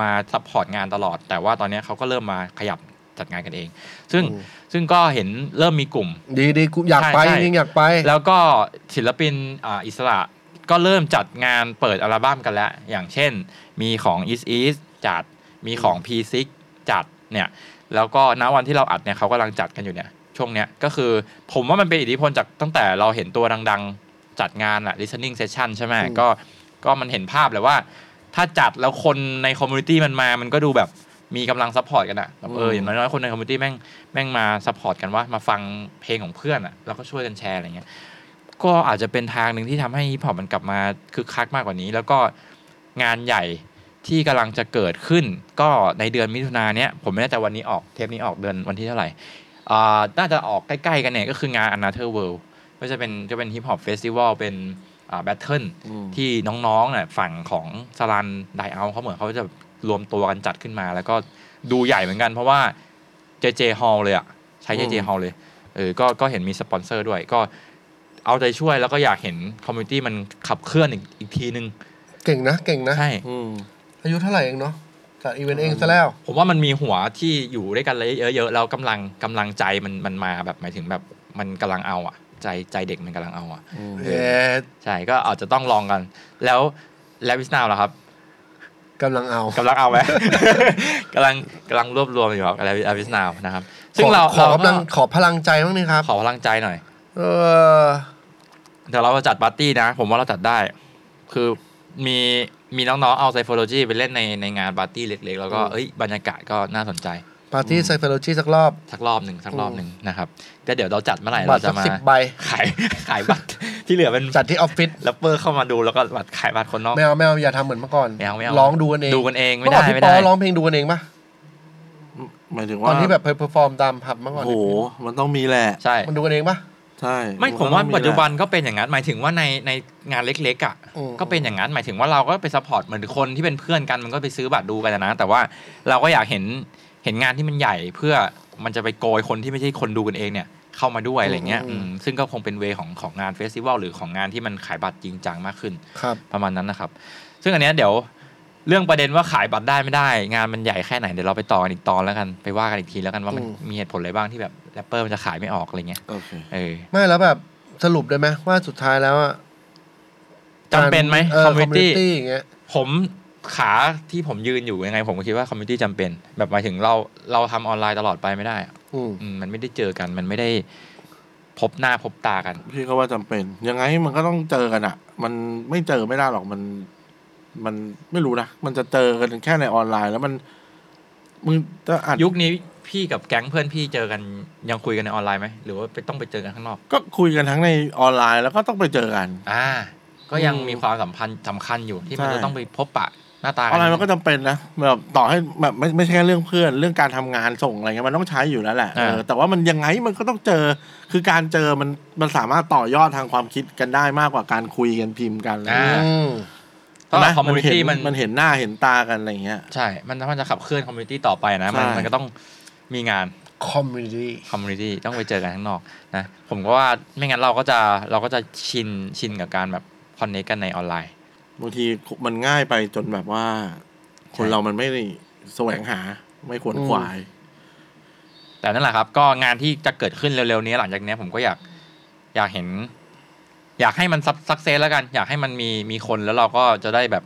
[SPEAKER 4] มาซัพพอร์ตงานตลอด แต่ว่าตอนเนี้ยเขาก็เริ่มมาขยับจัดงานกันเอง ซึ่งซึ่งก็เห็นเริ่มมีกลุ่ม
[SPEAKER 5] ดีดีกูอยากไปจ
[SPEAKER 4] ใช่ใช่
[SPEAKER 5] ริงๆอยากไป
[SPEAKER 4] แล้วก็ศิลปินอ่าอิสระก็เริ่มจัดงานเปิดอัลบั้มกันแล้ว อย่างเช่น มีของ East East จัดมีของ P6 จัดเนี่ย แล้วก็ณวันที่เราอัดเนี่ยเขากำลังจัดกันอยู่เนี่ย ช่วงเนี้ยก็คือผมว่ามันเป็นอิทธิพลจากตั้งแต่เราเห็นตัวดังๆ จัดงานอะ listening session ใช่ไหม
[SPEAKER 5] อืม
[SPEAKER 4] ก็ก็มันเห็นภาพเลยว่า ถ้าจัดแล้วคนในคอมมูนิตี้มันมา มันก็ดูแบบมีกำลังซัพพอร์ตกันอะแบบเอออย่างน้อยๆคนในคอมมูนิตี้แม่งแม่งมาซัพพอร์ตกันว่ามาฟังเพลงของเพื่อนอะแล้วก็ช่วยกันแชร์อะไรเงี้ย ก็อาจจะเป็นทางหนึ่งที่ทำให้ฮิปฮอปมันกลับมาคึกคักมากกว่านี้ แล้วก็งานใหญ่ที่กำลังจะเกิดขึ้น ก็ในเดือนมิถุนายนเนี้ยผมไม่แน่ใจวันนี้ออกเทปนี้ออกเดือนวันที่เท่าไหร่อ่าน่าจะออกใกล้ๆกันเนี่ยก็คืองาน Another World ก็จะเป็นจะเป็นฮิปฮอปเฟสติวัลเป็นอ่าแบทเทิลที่น้องๆเนี่ยฝั่งของสลันไดเอาเขาเหมือนเขาจะรวมตัวกันจัดขึ้นมา แล้วก็ดูใหญ่เหมือนกัน เพราะว่า JJ Hall เลยอะใช้ JJ Hall เลยเออก็ก็เห็นมีสปอนเซอร์ด้วยก็ เอาใจช่วยแล้วก็อยากเห็นคอมมูนิตี้มันขับเคลื่อนอีกอีกทีนึง
[SPEAKER 5] เก่งนะเก่งนะ
[SPEAKER 4] ใช่
[SPEAKER 6] อืม
[SPEAKER 5] อายุเท่าไหร่เองเนาะจัดอีเวนต์เองซะแล้ว
[SPEAKER 4] ผมว่ามันมีหัวที่อยู่ด้วยกันเยอะๆแล้วกำลังกำลังใจมันมันมาแบบหมายถึงแบบมันกำลังเอาอ่ะ ใจใจเด็กมันกำลังเอาอ่ะ
[SPEAKER 5] เอ๊ะ
[SPEAKER 4] ใช่ก็อาจจะต้องลองกัน แล้วแล้ววิสนาวเหรอครับ
[SPEAKER 5] กำลังเอา
[SPEAKER 4] กำลังเอาไหม กำลังกำลังรวบรวมอยู่ครับแล้ววิสนาวนะครับ ซึ่ง
[SPEAKER 5] ขอ
[SPEAKER 4] เรา
[SPEAKER 5] ขอกำลัง
[SPEAKER 4] เร
[SPEAKER 5] ขอพลังใจบ้างนี่ครับ
[SPEAKER 4] าขอพลังใจหน่อย
[SPEAKER 5] เออ
[SPEAKER 4] เดี๋ยวเราจะจัดปาร์ตี้นะ ผมว่าเราจัดได้ คือมีมีน้องๆเอาไซโฟโลจีไปเล่นในในงานปาร์ตี้เล็กๆ แล้วก็เอ้ยบรรยากาศก็น่าสนใจ
[SPEAKER 5] ปาร์ตี้ไซเฟโลจีสักรอบ
[SPEAKER 4] สักรอบหนึ่งสักรอบหนึ่งนะครับก็เดี๋ยวเราจัดเมื่อไหร่
[SPEAKER 5] บัต
[SPEAKER 4] เรา
[SPEAKER 5] รสั
[SPEAKER 4] จะ
[SPEAKER 5] ก
[SPEAKER 4] มา
[SPEAKER 5] สิบใบ
[SPEAKER 4] ขายขายบัตร ที่เหลือเป็น
[SPEAKER 5] จัดที่ออฟฟิศ
[SPEAKER 4] แรปเปอร์เข้ามาดูแล้วก็บัตรขายบัตรคนนอก
[SPEAKER 5] แมวแมวอย่าทำเหมือนเมื่อก่อน
[SPEAKER 4] ไม่เอาไม่เอา
[SPEAKER 5] ร้องดูกันเอง
[SPEAKER 4] ดูกันเองไม่
[SPEAKER 5] มื่ก่น
[SPEAKER 4] ได้
[SPEAKER 5] พี่
[SPEAKER 4] ไม่
[SPEAKER 5] ป
[SPEAKER 4] ได้
[SPEAKER 5] อร้องเพลงดูกันเองปะ
[SPEAKER 6] หมายถึง
[SPEAKER 5] ต
[SPEAKER 6] ว่า
[SPEAKER 5] อนที่แบบเพอร์ฟอร์มตามผับเมื่อก่อน
[SPEAKER 6] โอ้โห มันต้องมีแหละ
[SPEAKER 4] ใช่
[SPEAKER 5] มันดูกันเองปะ
[SPEAKER 6] ใช่
[SPEAKER 4] ไม่
[SPEAKER 6] น
[SPEAKER 4] ผม
[SPEAKER 6] ก็
[SPEAKER 4] ว่า
[SPEAKER 6] ต้อง
[SPEAKER 4] ปัจจุบั
[SPEAKER 6] แหล
[SPEAKER 4] นก็เป็นอย่างนั้น หมายถึงว่าในในงานเล็กๆอ่ะ
[SPEAKER 5] อืม
[SPEAKER 4] ก็เป็นอย่างนั้นหมายถึงว่าเราก็ไปซัพพอร์ตเหมือนคนที่เป็นเพื่อนกันมันก็ไปซื้อบัตรดูกันนะ แต่ว่าเราก็อยากเห็นเห็นงานที่มันใหญ่เพื่อมันจะไปโกยคนที่ไม่ใช่คนดูกันเองเนี่ย เข้ามาด้วยอะไรเงี้ยอืมซึ่งก็คงเป็นเวของของงานเฟสติวัลหรือของงานที่มันขายบัตรจริงจังมากขึ้น
[SPEAKER 5] ครับ
[SPEAKER 4] ประมาณนั้นนะครับ ซึ่งอันเนี้ยเดี๋ยวเรื่องประเด็นว่าขายบัตรได้ไม่ได้ งานมันใหญ่แค่ไหนเดี๋ยวเราไปต่อกันอีกตอนแล้วกันไปว่ากันอีกทีแล้วกันว่ามัน
[SPEAKER 5] อืม
[SPEAKER 4] มีเหตุผลอะไรบ้างที่แบบแรปเปอร์มันจะขายไม่ออกอะไรเงี้ย
[SPEAKER 6] โอเค
[SPEAKER 4] เออ
[SPEAKER 5] ไม่แล้วแบบสรุปได้ไหมว่าสุดท้ายแล้วอะ
[SPEAKER 4] จำเป็นไหม
[SPEAKER 5] เออ
[SPEAKER 4] community
[SPEAKER 5] community อย่างเงี้ย
[SPEAKER 4] ผมขาที่ผมยืนอยู่ยังไง ผมก็คิดว่าคอมมิตี้จำเป็น แบบหมายถึงเราเราทำออนไลน์ตลอดไปไม่ได้อะ
[SPEAKER 5] อืม
[SPEAKER 4] อืมมันไม่ได้เจอกันมันไม่ได้พบหน้าพบตากัน
[SPEAKER 6] พี่ก็ว่าจำเป็น ยังไงมันก็ต้องเจอกันอะมันไม่เจอไม่ได้หรอกมัน มันไม่รู้นะ มันจะเจอกันแค่ในออนไลน์ แล้วมันมึงจะอ่าน
[SPEAKER 4] ยุคนี้พี่กับแก๊งเพื่อนพี่เจอกันยังคุยกันในออนไลน์ไหมหรือว่าไปต้องไปเจอกันข้างนอก
[SPEAKER 6] ก็คุยกันทั้งในออนไลน์แล้วก็ต้องไปเจอกัน
[SPEAKER 4] อ่า ก็ยังมีความสัมพันธ์สำคัญอยู่ที่มัน
[SPEAKER 6] ใช่
[SPEAKER 4] จะต้องไปพบปะหน้าตา
[SPEAKER 6] ออนไลน์มันก็จำเป็นนะแบบต่อให้แบบไม่ไม่ใช่แค่เรื่องเพื่อน เรื่องการทำงานส่งอะไรเงี้ยมันต้องใช้อยู่แล้วแหละเออแต่ว่ามันยังไงมันก็ต้องเจอ คือการเจอมันมันสามารถต่อยอดทางความคิดกันได้มากกว่าการคุยกันพิมพ์กันอะไร
[SPEAKER 4] อ่า
[SPEAKER 6] เงี้ย
[SPEAKER 5] อืม
[SPEAKER 4] ก็
[SPEAKER 6] ไห
[SPEAKER 4] คอมมูนิตี้มัน
[SPEAKER 6] มันเห็นหน้าเห็นตากันอะไรเงี้ย
[SPEAKER 4] ใช่ มันถ้ามันจะขับเคลื่อนคอมมูนิตี้ต่อไปนะมัน
[SPEAKER 6] ใช่
[SPEAKER 4] มันก็ต้องมีงาน
[SPEAKER 5] community
[SPEAKER 4] คอมมูนิตี้ต้องไปเจอกันข้างนอกนะผมก็ว่าไม่งั้นเราก็จะเราก็จะชินชินกับการแบบคอนเนคกันในออนไลน์
[SPEAKER 6] บางทีมันง่ายไปจนแบบว่า คนเรามันไม่ได้แสวงหาไม่ควรขวาย
[SPEAKER 4] แต่นั่นแหละครับ ก็งานที่จะเกิดขึ้นเร็วๆนี้หลังจากเนี้ยผมก็อยากอยากเห็น อยากให้มันสักเซสแล้วกัน อยากให้มันมีมีคนแล้วเราก็จะได้แบบ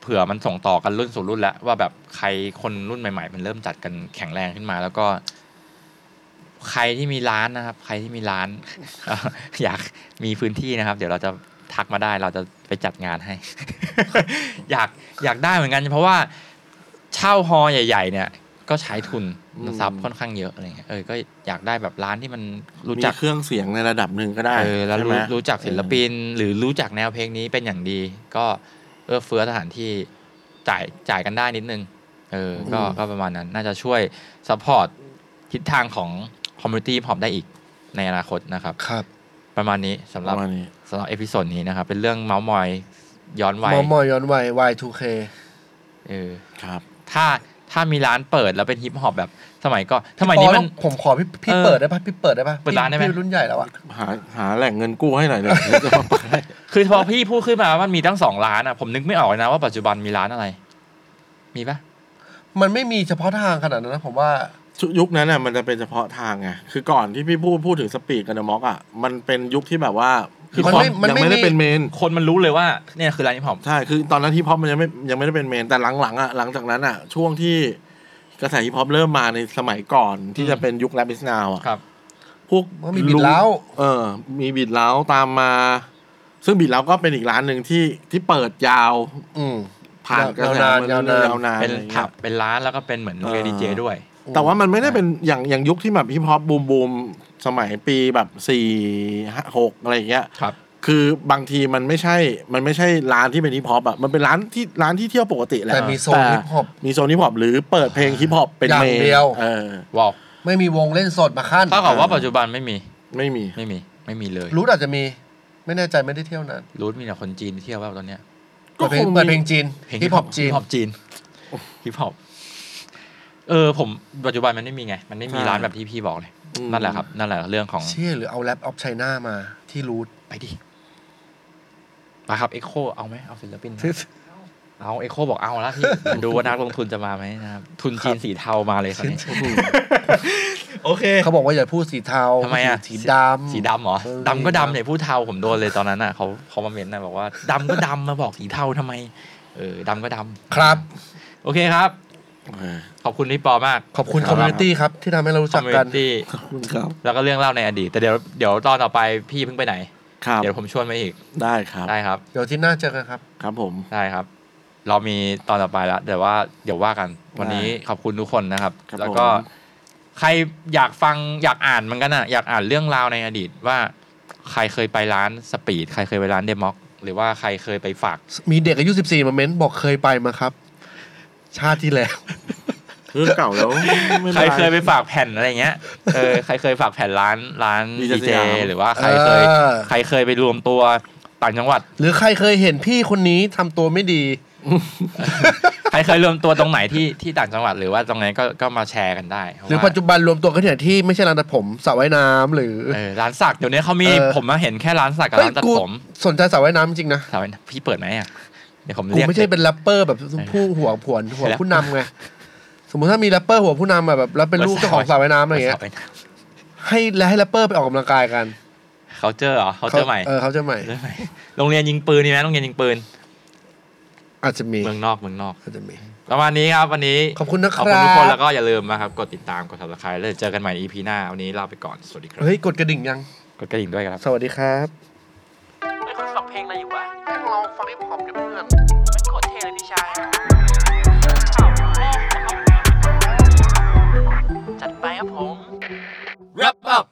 [SPEAKER 4] เผื่อมันส่งต่อกันรุ่นสู่รุ่นแล้วว่าแบบใครคนรุ่นใหม่ๆ มันเริ่มจัดกันแข็งแรงขึ้นมา แล้วก็ ใครที่มีร้านนะครับ ใครที่มีร้าน อยากมีพื้นที่นะครับ เดี๋ยวเราจะทักมาได้ เราจะไปจัดงานให้ อยากอยากได้เหมือนกัน เพราะว่าเช่าฮอลล์ใหญ่ ๆ เนี่ย ก็ใช้ทุน
[SPEAKER 6] อืม
[SPEAKER 4] ทรัพย์ค่อนข้างเยอะอะไรเงี้ยเออก็อยากได้แบบร้านที่มันรู้
[SPEAKER 6] มี
[SPEAKER 4] จัก
[SPEAKER 6] เครื่องเสียงในระดับหนึ่งก็ได้
[SPEAKER 4] เออแล้ว
[SPEAKER 6] ใช่
[SPEAKER 4] รู้
[SPEAKER 6] ไหม
[SPEAKER 4] รู้จักศิลปินหรือรู้จักแนวเพลงนี้เป็นอย่างดี ก็เอื้อเฟื้อสถานที่จ่ายจ่ายกันได้นิดนึง เออก็ก็ประมาณนั้น น่าจะช่วยซัพพอร์ตทิศทางของคอมมูนิตี้พอปได้อีกในอนาคตนะครับ
[SPEAKER 5] ครับ
[SPEAKER 4] ประมาณนี้สำห
[SPEAKER 6] ป
[SPEAKER 4] รับ
[SPEAKER 6] ระมาณนี้
[SPEAKER 4] สำหรับเอพิโซดนี้นะครับ เป็นเรื่องเมาส์มอยย้อนวัย
[SPEAKER 5] มอมอยย้อนวัย Y2K
[SPEAKER 4] เออ
[SPEAKER 6] ครับ
[SPEAKER 4] ถ้าถ้ามีร้านเปิดแล้วเป็นฮิปฮอปแบบสมัยก็สมัยนี้มัน
[SPEAKER 5] พี่ปอแล้วผมขอพี่พี่
[SPEAKER 4] เออ
[SPEAKER 5] เปิดได้ปะพี่เปิดได้ปะ
[SPEAKER 4] เปิดร้านได้ไหม
[SPEAKER 5] พี่รุ่นใหญ่แล้วอะ
[SPEAKER 6] หาหาแหล่งเงินกู้ให้หน่อยเลย จะมาเปิดให้
[SPEAKER 4] คือพอพี่พูดขึ้นมาว่ามันมีตั้งสองร้านอ่ะผมนึกไม่ออกเลยนะว่าปัจจุบันมีร้านอะไร มีปะ
[SPEAKER 5] มันไม่มีเฉพาะทางขนาดนั้นนะผมว่า
[SPEAKER 6] ยุคนั้นน่ะมันจะเป็นเฉพาะทางไงคือก่อนที่พี่พูดพูดถึงสปีดกับเดอะม็อกอ่ะมันเป็นยุคที่แบบว่า
[SPEAKER 5] คือ
[SPEAKER 6] ความ
[SPEAKER 5] มัน
[SPEAKER 6] ยัง
[SPEAKER 5] ไม่มันไม่
[SPEAKER 6] ไม่ได้
[SPEAKER 5] มี
[SPEAKER 6] เป็นเมน
[SPEAKER 4] คนมันรู้เลยว่าเนี่ยคือร้านฮิปฮอป
[SPEAKER 6] ใช่คือตอนนั้นฮิปฮอปมันยังไม่ยังไม่ได้เป็นเมนแต่หลังๆอ่ะหลังจากนั้นอ่ะ ช่วงที่กระแสฮิปฮอปเริ่มมาในสมัยก่อนที่
[SPEAKER 4] อืม
[SPEAKER 6] จะเป็นยุคแรปบิสนาวอ่ะ
[SPEAKER 4] ครับ
[SPEAKER 6] พวก
[SPEAKER 5] มันมีบิดเล้า
[SPEAKER 6] เออ มีบิดเล้าตามมา ซึ่งบิดเล้าก็เป็นอีกร้านหนึ่งที่ที่เปิดยาว
[SPEAKER 5] อืม
[SPEAKER 6] ผ่านกระแส
[SPEAKER 5] ยาวนานยา
[SPEAKER 6] ม
[SPEAKER 5] วนาน
[SPEAKER 6] ยาวนาน
[SPEAKER 4] เป็น
[SPEAKER 6] อะไรอย่างงี้ย
[SPEAKER 4] ผับเป็นร้านแล้วก็เป็นเหมือนโรงเรียน
[SPEAKER 6] เอ
[SPEAKER 4] ดี
[SPEAKER 6] อ
[SPEAKER 4] เจด้วย
[SPEAKER 6] แต่ว่ามันไม่ได้เป็นอย่างอย่างยุคที่แบบฮิปฮอปบูมบูมสมัยปีแบบสี่หกอะไรอย่างเงี้ย
[SPEAKER 4] ครับ
[SPEAKER 6] คือบางทีมันไม่ใช่ มันไม่ใช่ร้านที่เป็นฮิปฮอปอ่ะ มันเป็นร้านที่ร้านที่เที่ยวปกติแหละ
[SPEAKER 5] แต่มีโซนฮิปฮอป
[SPEAKER 6] มีโซนฮิปฮอปหรือเปิดเพลงฮิปฮอปเป็น
[SPEAKER 5] อย่าง
[SPEAKER 6] มน
[SPEAKER 5] เดียว
[SPEAKER 6] เออ
[SPEAKER 4] วอล
[SPEAKER 5] ไม่มีวงเล่นสดมาขั้น
[SPEAKER 4] เท่ากับว่าปัจจุบันไม่มี
[SPEAKER 6] ไม่มี
[SPEAKER 4] ไม่มี ไม่มีเลย
[SPEAKER 5] รู้อาจจะมี ไม่แน่ใจไม่ได้เที่ยวนาน
[SPEAKER 4] รูทมีแต่คนจีนเที่ยวว่าตอนเนี้ย
[SPEAKER 5] เปิดเพลงเปิดเพลงจีนฮิปฮอปจีน
[SPEAKER 4] ฮิปฮอปจีน ฮิปฮอป เออ ผมปัจจุบันมันไม่มีไง มันไม่มีร้านแบบที่พี่บอกเลย นั่นแหละครับ นั่นแหละเรื่องของ
[SPEAKER 5] เชี่ยหรือเอาแรปออฟไชน่ามาที่รูท
[SPEAKER 4] ไปดิมาครับเอ็กโคเอาไหมเอาศิลปินไหมเอาเอ็กโคบอกเอาแล้วพี่ เดี๋ยวดูว่านักลงทุนจะมาไหมนะครับทุนจีนสีเทามาเลยคราวนี้ โอเค
[SPEAKER 5] เขาบอกว่าอย่าพูดสีเทา
[SPEAKER 4] ทำไมอ่ะ
[SPEAKER 5] สีดำ
[SPEAKER 4] สีดำเหรอ
[SPEAKER 5] เออ
[SPEAKER 4] ดำก็ดำเนี่ยผู้เทาผมโดนเลยตอนนั้นอ่ะเขาเขามาเมนต์นะบอกว่าดำก็ดำมาบอกสีเทาทำไม เออดำก็ดำ
[SPEAKER 5] ครับ
[SPEAKER 4] โอเคครับ
[SPEAKER 6] โอเค
[SPEAKER 4] ขอบคุณพี่ปอมาก
[SPEAKER 5] ขอบคุณ
[SPEAKER 6] ค
[SPEAKER 5] ครับ อมมูนิตี้ครับ ที่ทำให้เรารู้จักกัน
[SPEAKER 4] ที่
[SPEAKER 6] ขอบคุณครับ
[SPEAKER 4] แล้วก็เรื่องเล่าในอดีต แต่เดี๋ยวเดี๋ยวตอนต่อไปพี่เพิ่งไปไหน
[SPEAKER 6] ครับ
[SPEAKER 4] เดี๋ยวผมชวนมาอีก
[SPEAKER 6] ได้ครับ
[SPEAKER 4] ได้ครับ
[SPEAKER 5] เดี๋ยวอาที่หน้าเจอกันครับ
[SPEAKER 6] ครับผม
[SPEAKER 4] ได้ครับ เรามีตอนต่อไปแล้วแต่ว่าเดี๋ยวว่ากัน วันนี้ขอบคุณทุกคนนะครับ
[SPEAKER 6] ครับ
[SPEAKER 4] แล้วก็
[SPEAKER 6] ผม
[SPEAKER 4] ใครอยากฟังอยากอ่านเหมันกันอ่ะอยากอ่านเรื่องราวในอดีตว่า ใครเคยไปร้านสปีด ใครเคยไปร้านเดม็อก หรือว่าใครเคยไปฝาก
[SPEAKER 5] มีเด็กอายุสิบสี่มาเม้นบอกเคยไปมาครับ ชาติที่แล้ว
[SPEAKER 6] เรื่องเก่าแล้วไม่
[SPEAKER 4] ใคร
[SPEAKER 6] ป็นไร
[SPEAKER 4] เคยไปฝากแผ่นอะไรเงี้ย เออ ใครเคยฝากแผ่นร้านร้าน
[SPEAKER 6] ดี
[SPEAKER 4] ดี
[SPEAKER 6] เจ
[SPEAKER 4] เจ
[SPEAKER 6] สยาม
[SPEAKER 4] หรือว่าใครเคย
[SPEAKER 5] เออ
[SPEAKER 4] ใครเคยไปรวมตัวต่างจังหวัด
[SPEAKER 5] หรือใครเคยเห็นพี่คนนี้ทำตัวไม่ดี
[SPEAKER 4] ใครเคยรวมตัวตรงไหนที่ที่ต่างจังหวัด หรือว่าตรงไหนก็ก็มาแชร์กันได้เพราะ
[SPEAKER 5] หรือ
[SPEAKER 4] ว่า
[SPEAKER 5] ปัจจุบันรวมตัวกันที่ไหนที่ไม่ใช่ร้านตัดผมสระว่ายน้ำหรือ
[SPEAKER 4] เออร้านสักเดี๋ยวนี้เขามี
[SPEAKER 5] เออ
[SPEAKER 4] ผมมาเห็นแค่ร้านสักกับ
[SPEAKER 5] เฮ้ย
[SPEAKER 4] ร้านตัด
[SPEAKER 5] กู
[SPEAKER 4] ผม
[SPEAKER 5] สนใจสระว่ายน้ำจริงนะ
[SPEAKER 4] ถามว่าพี่เปิดไหมอ่ะเดี๋ยวผม
[SPEAKER 5] กู
[SPEAKER 4] เรียก
[SPEAKER 5] ไม่ใช่เป็นแรปเปอร์แบบผู้หัวผวนหัวผู้ นำไง สมมติถ้ามีแรปเปอร์หัวผู้นำอะแบบแล้วเป็นลูกเจ้าของสระว่ายน้ำอะไรเงี้ย ให้และให้แรปเปอร์ไปออกกำลังกายกัน
[SPEAKER 4] เขาเจอเหรอเขาเจอใหม่
[SPEAKER 5] เออเขาจะใหม่
[SPEAKER 4] เจอใหม่ โรงเรียนยิงปืนนี่ไหมโรงเรียนยิงปืน
[SPEAKER 5] อาจจะมี
[SPEAKER 4] เมืองนอกเมืองนอก
[SPEAKER 5] อาจจะมี
[SPEAKER 4] ประมาณนี้ครับวันนี้
[SPEAKER 5] ขอบคุณนะค
[SPEAKER 4] ข
[SPEAKER 5] รั
[SPEAKER 4] อบบ คุณทุกคนแล้วก็อย่าลืมนะครับ กดติดตามกด subscribe แล้วเดี๋ยวเจอกันใหม่ EP หน้า วันนี้ลาไปก่อน สวัสดีครับ
[SPEAKER 5] เฮ้ยกดกระดิ่งยัง
[SPEAKER 4] กดกระดิ่งด้วยครับ
[SPEAKER 5] สวัสดีครับ
[SPEAKER 2] ไอ้ยคุณฟังเพลงอะไรอยู่วะ
[SPEAKER 3] แม่งลองฟังฮิปฮอปดิเพื่อน
[SPEAKER 2] ไม่โคตรเท่เลยพี่ชายข่าวแรกนะครับจัดไปครับผม
[SPEAKER 4] wrap up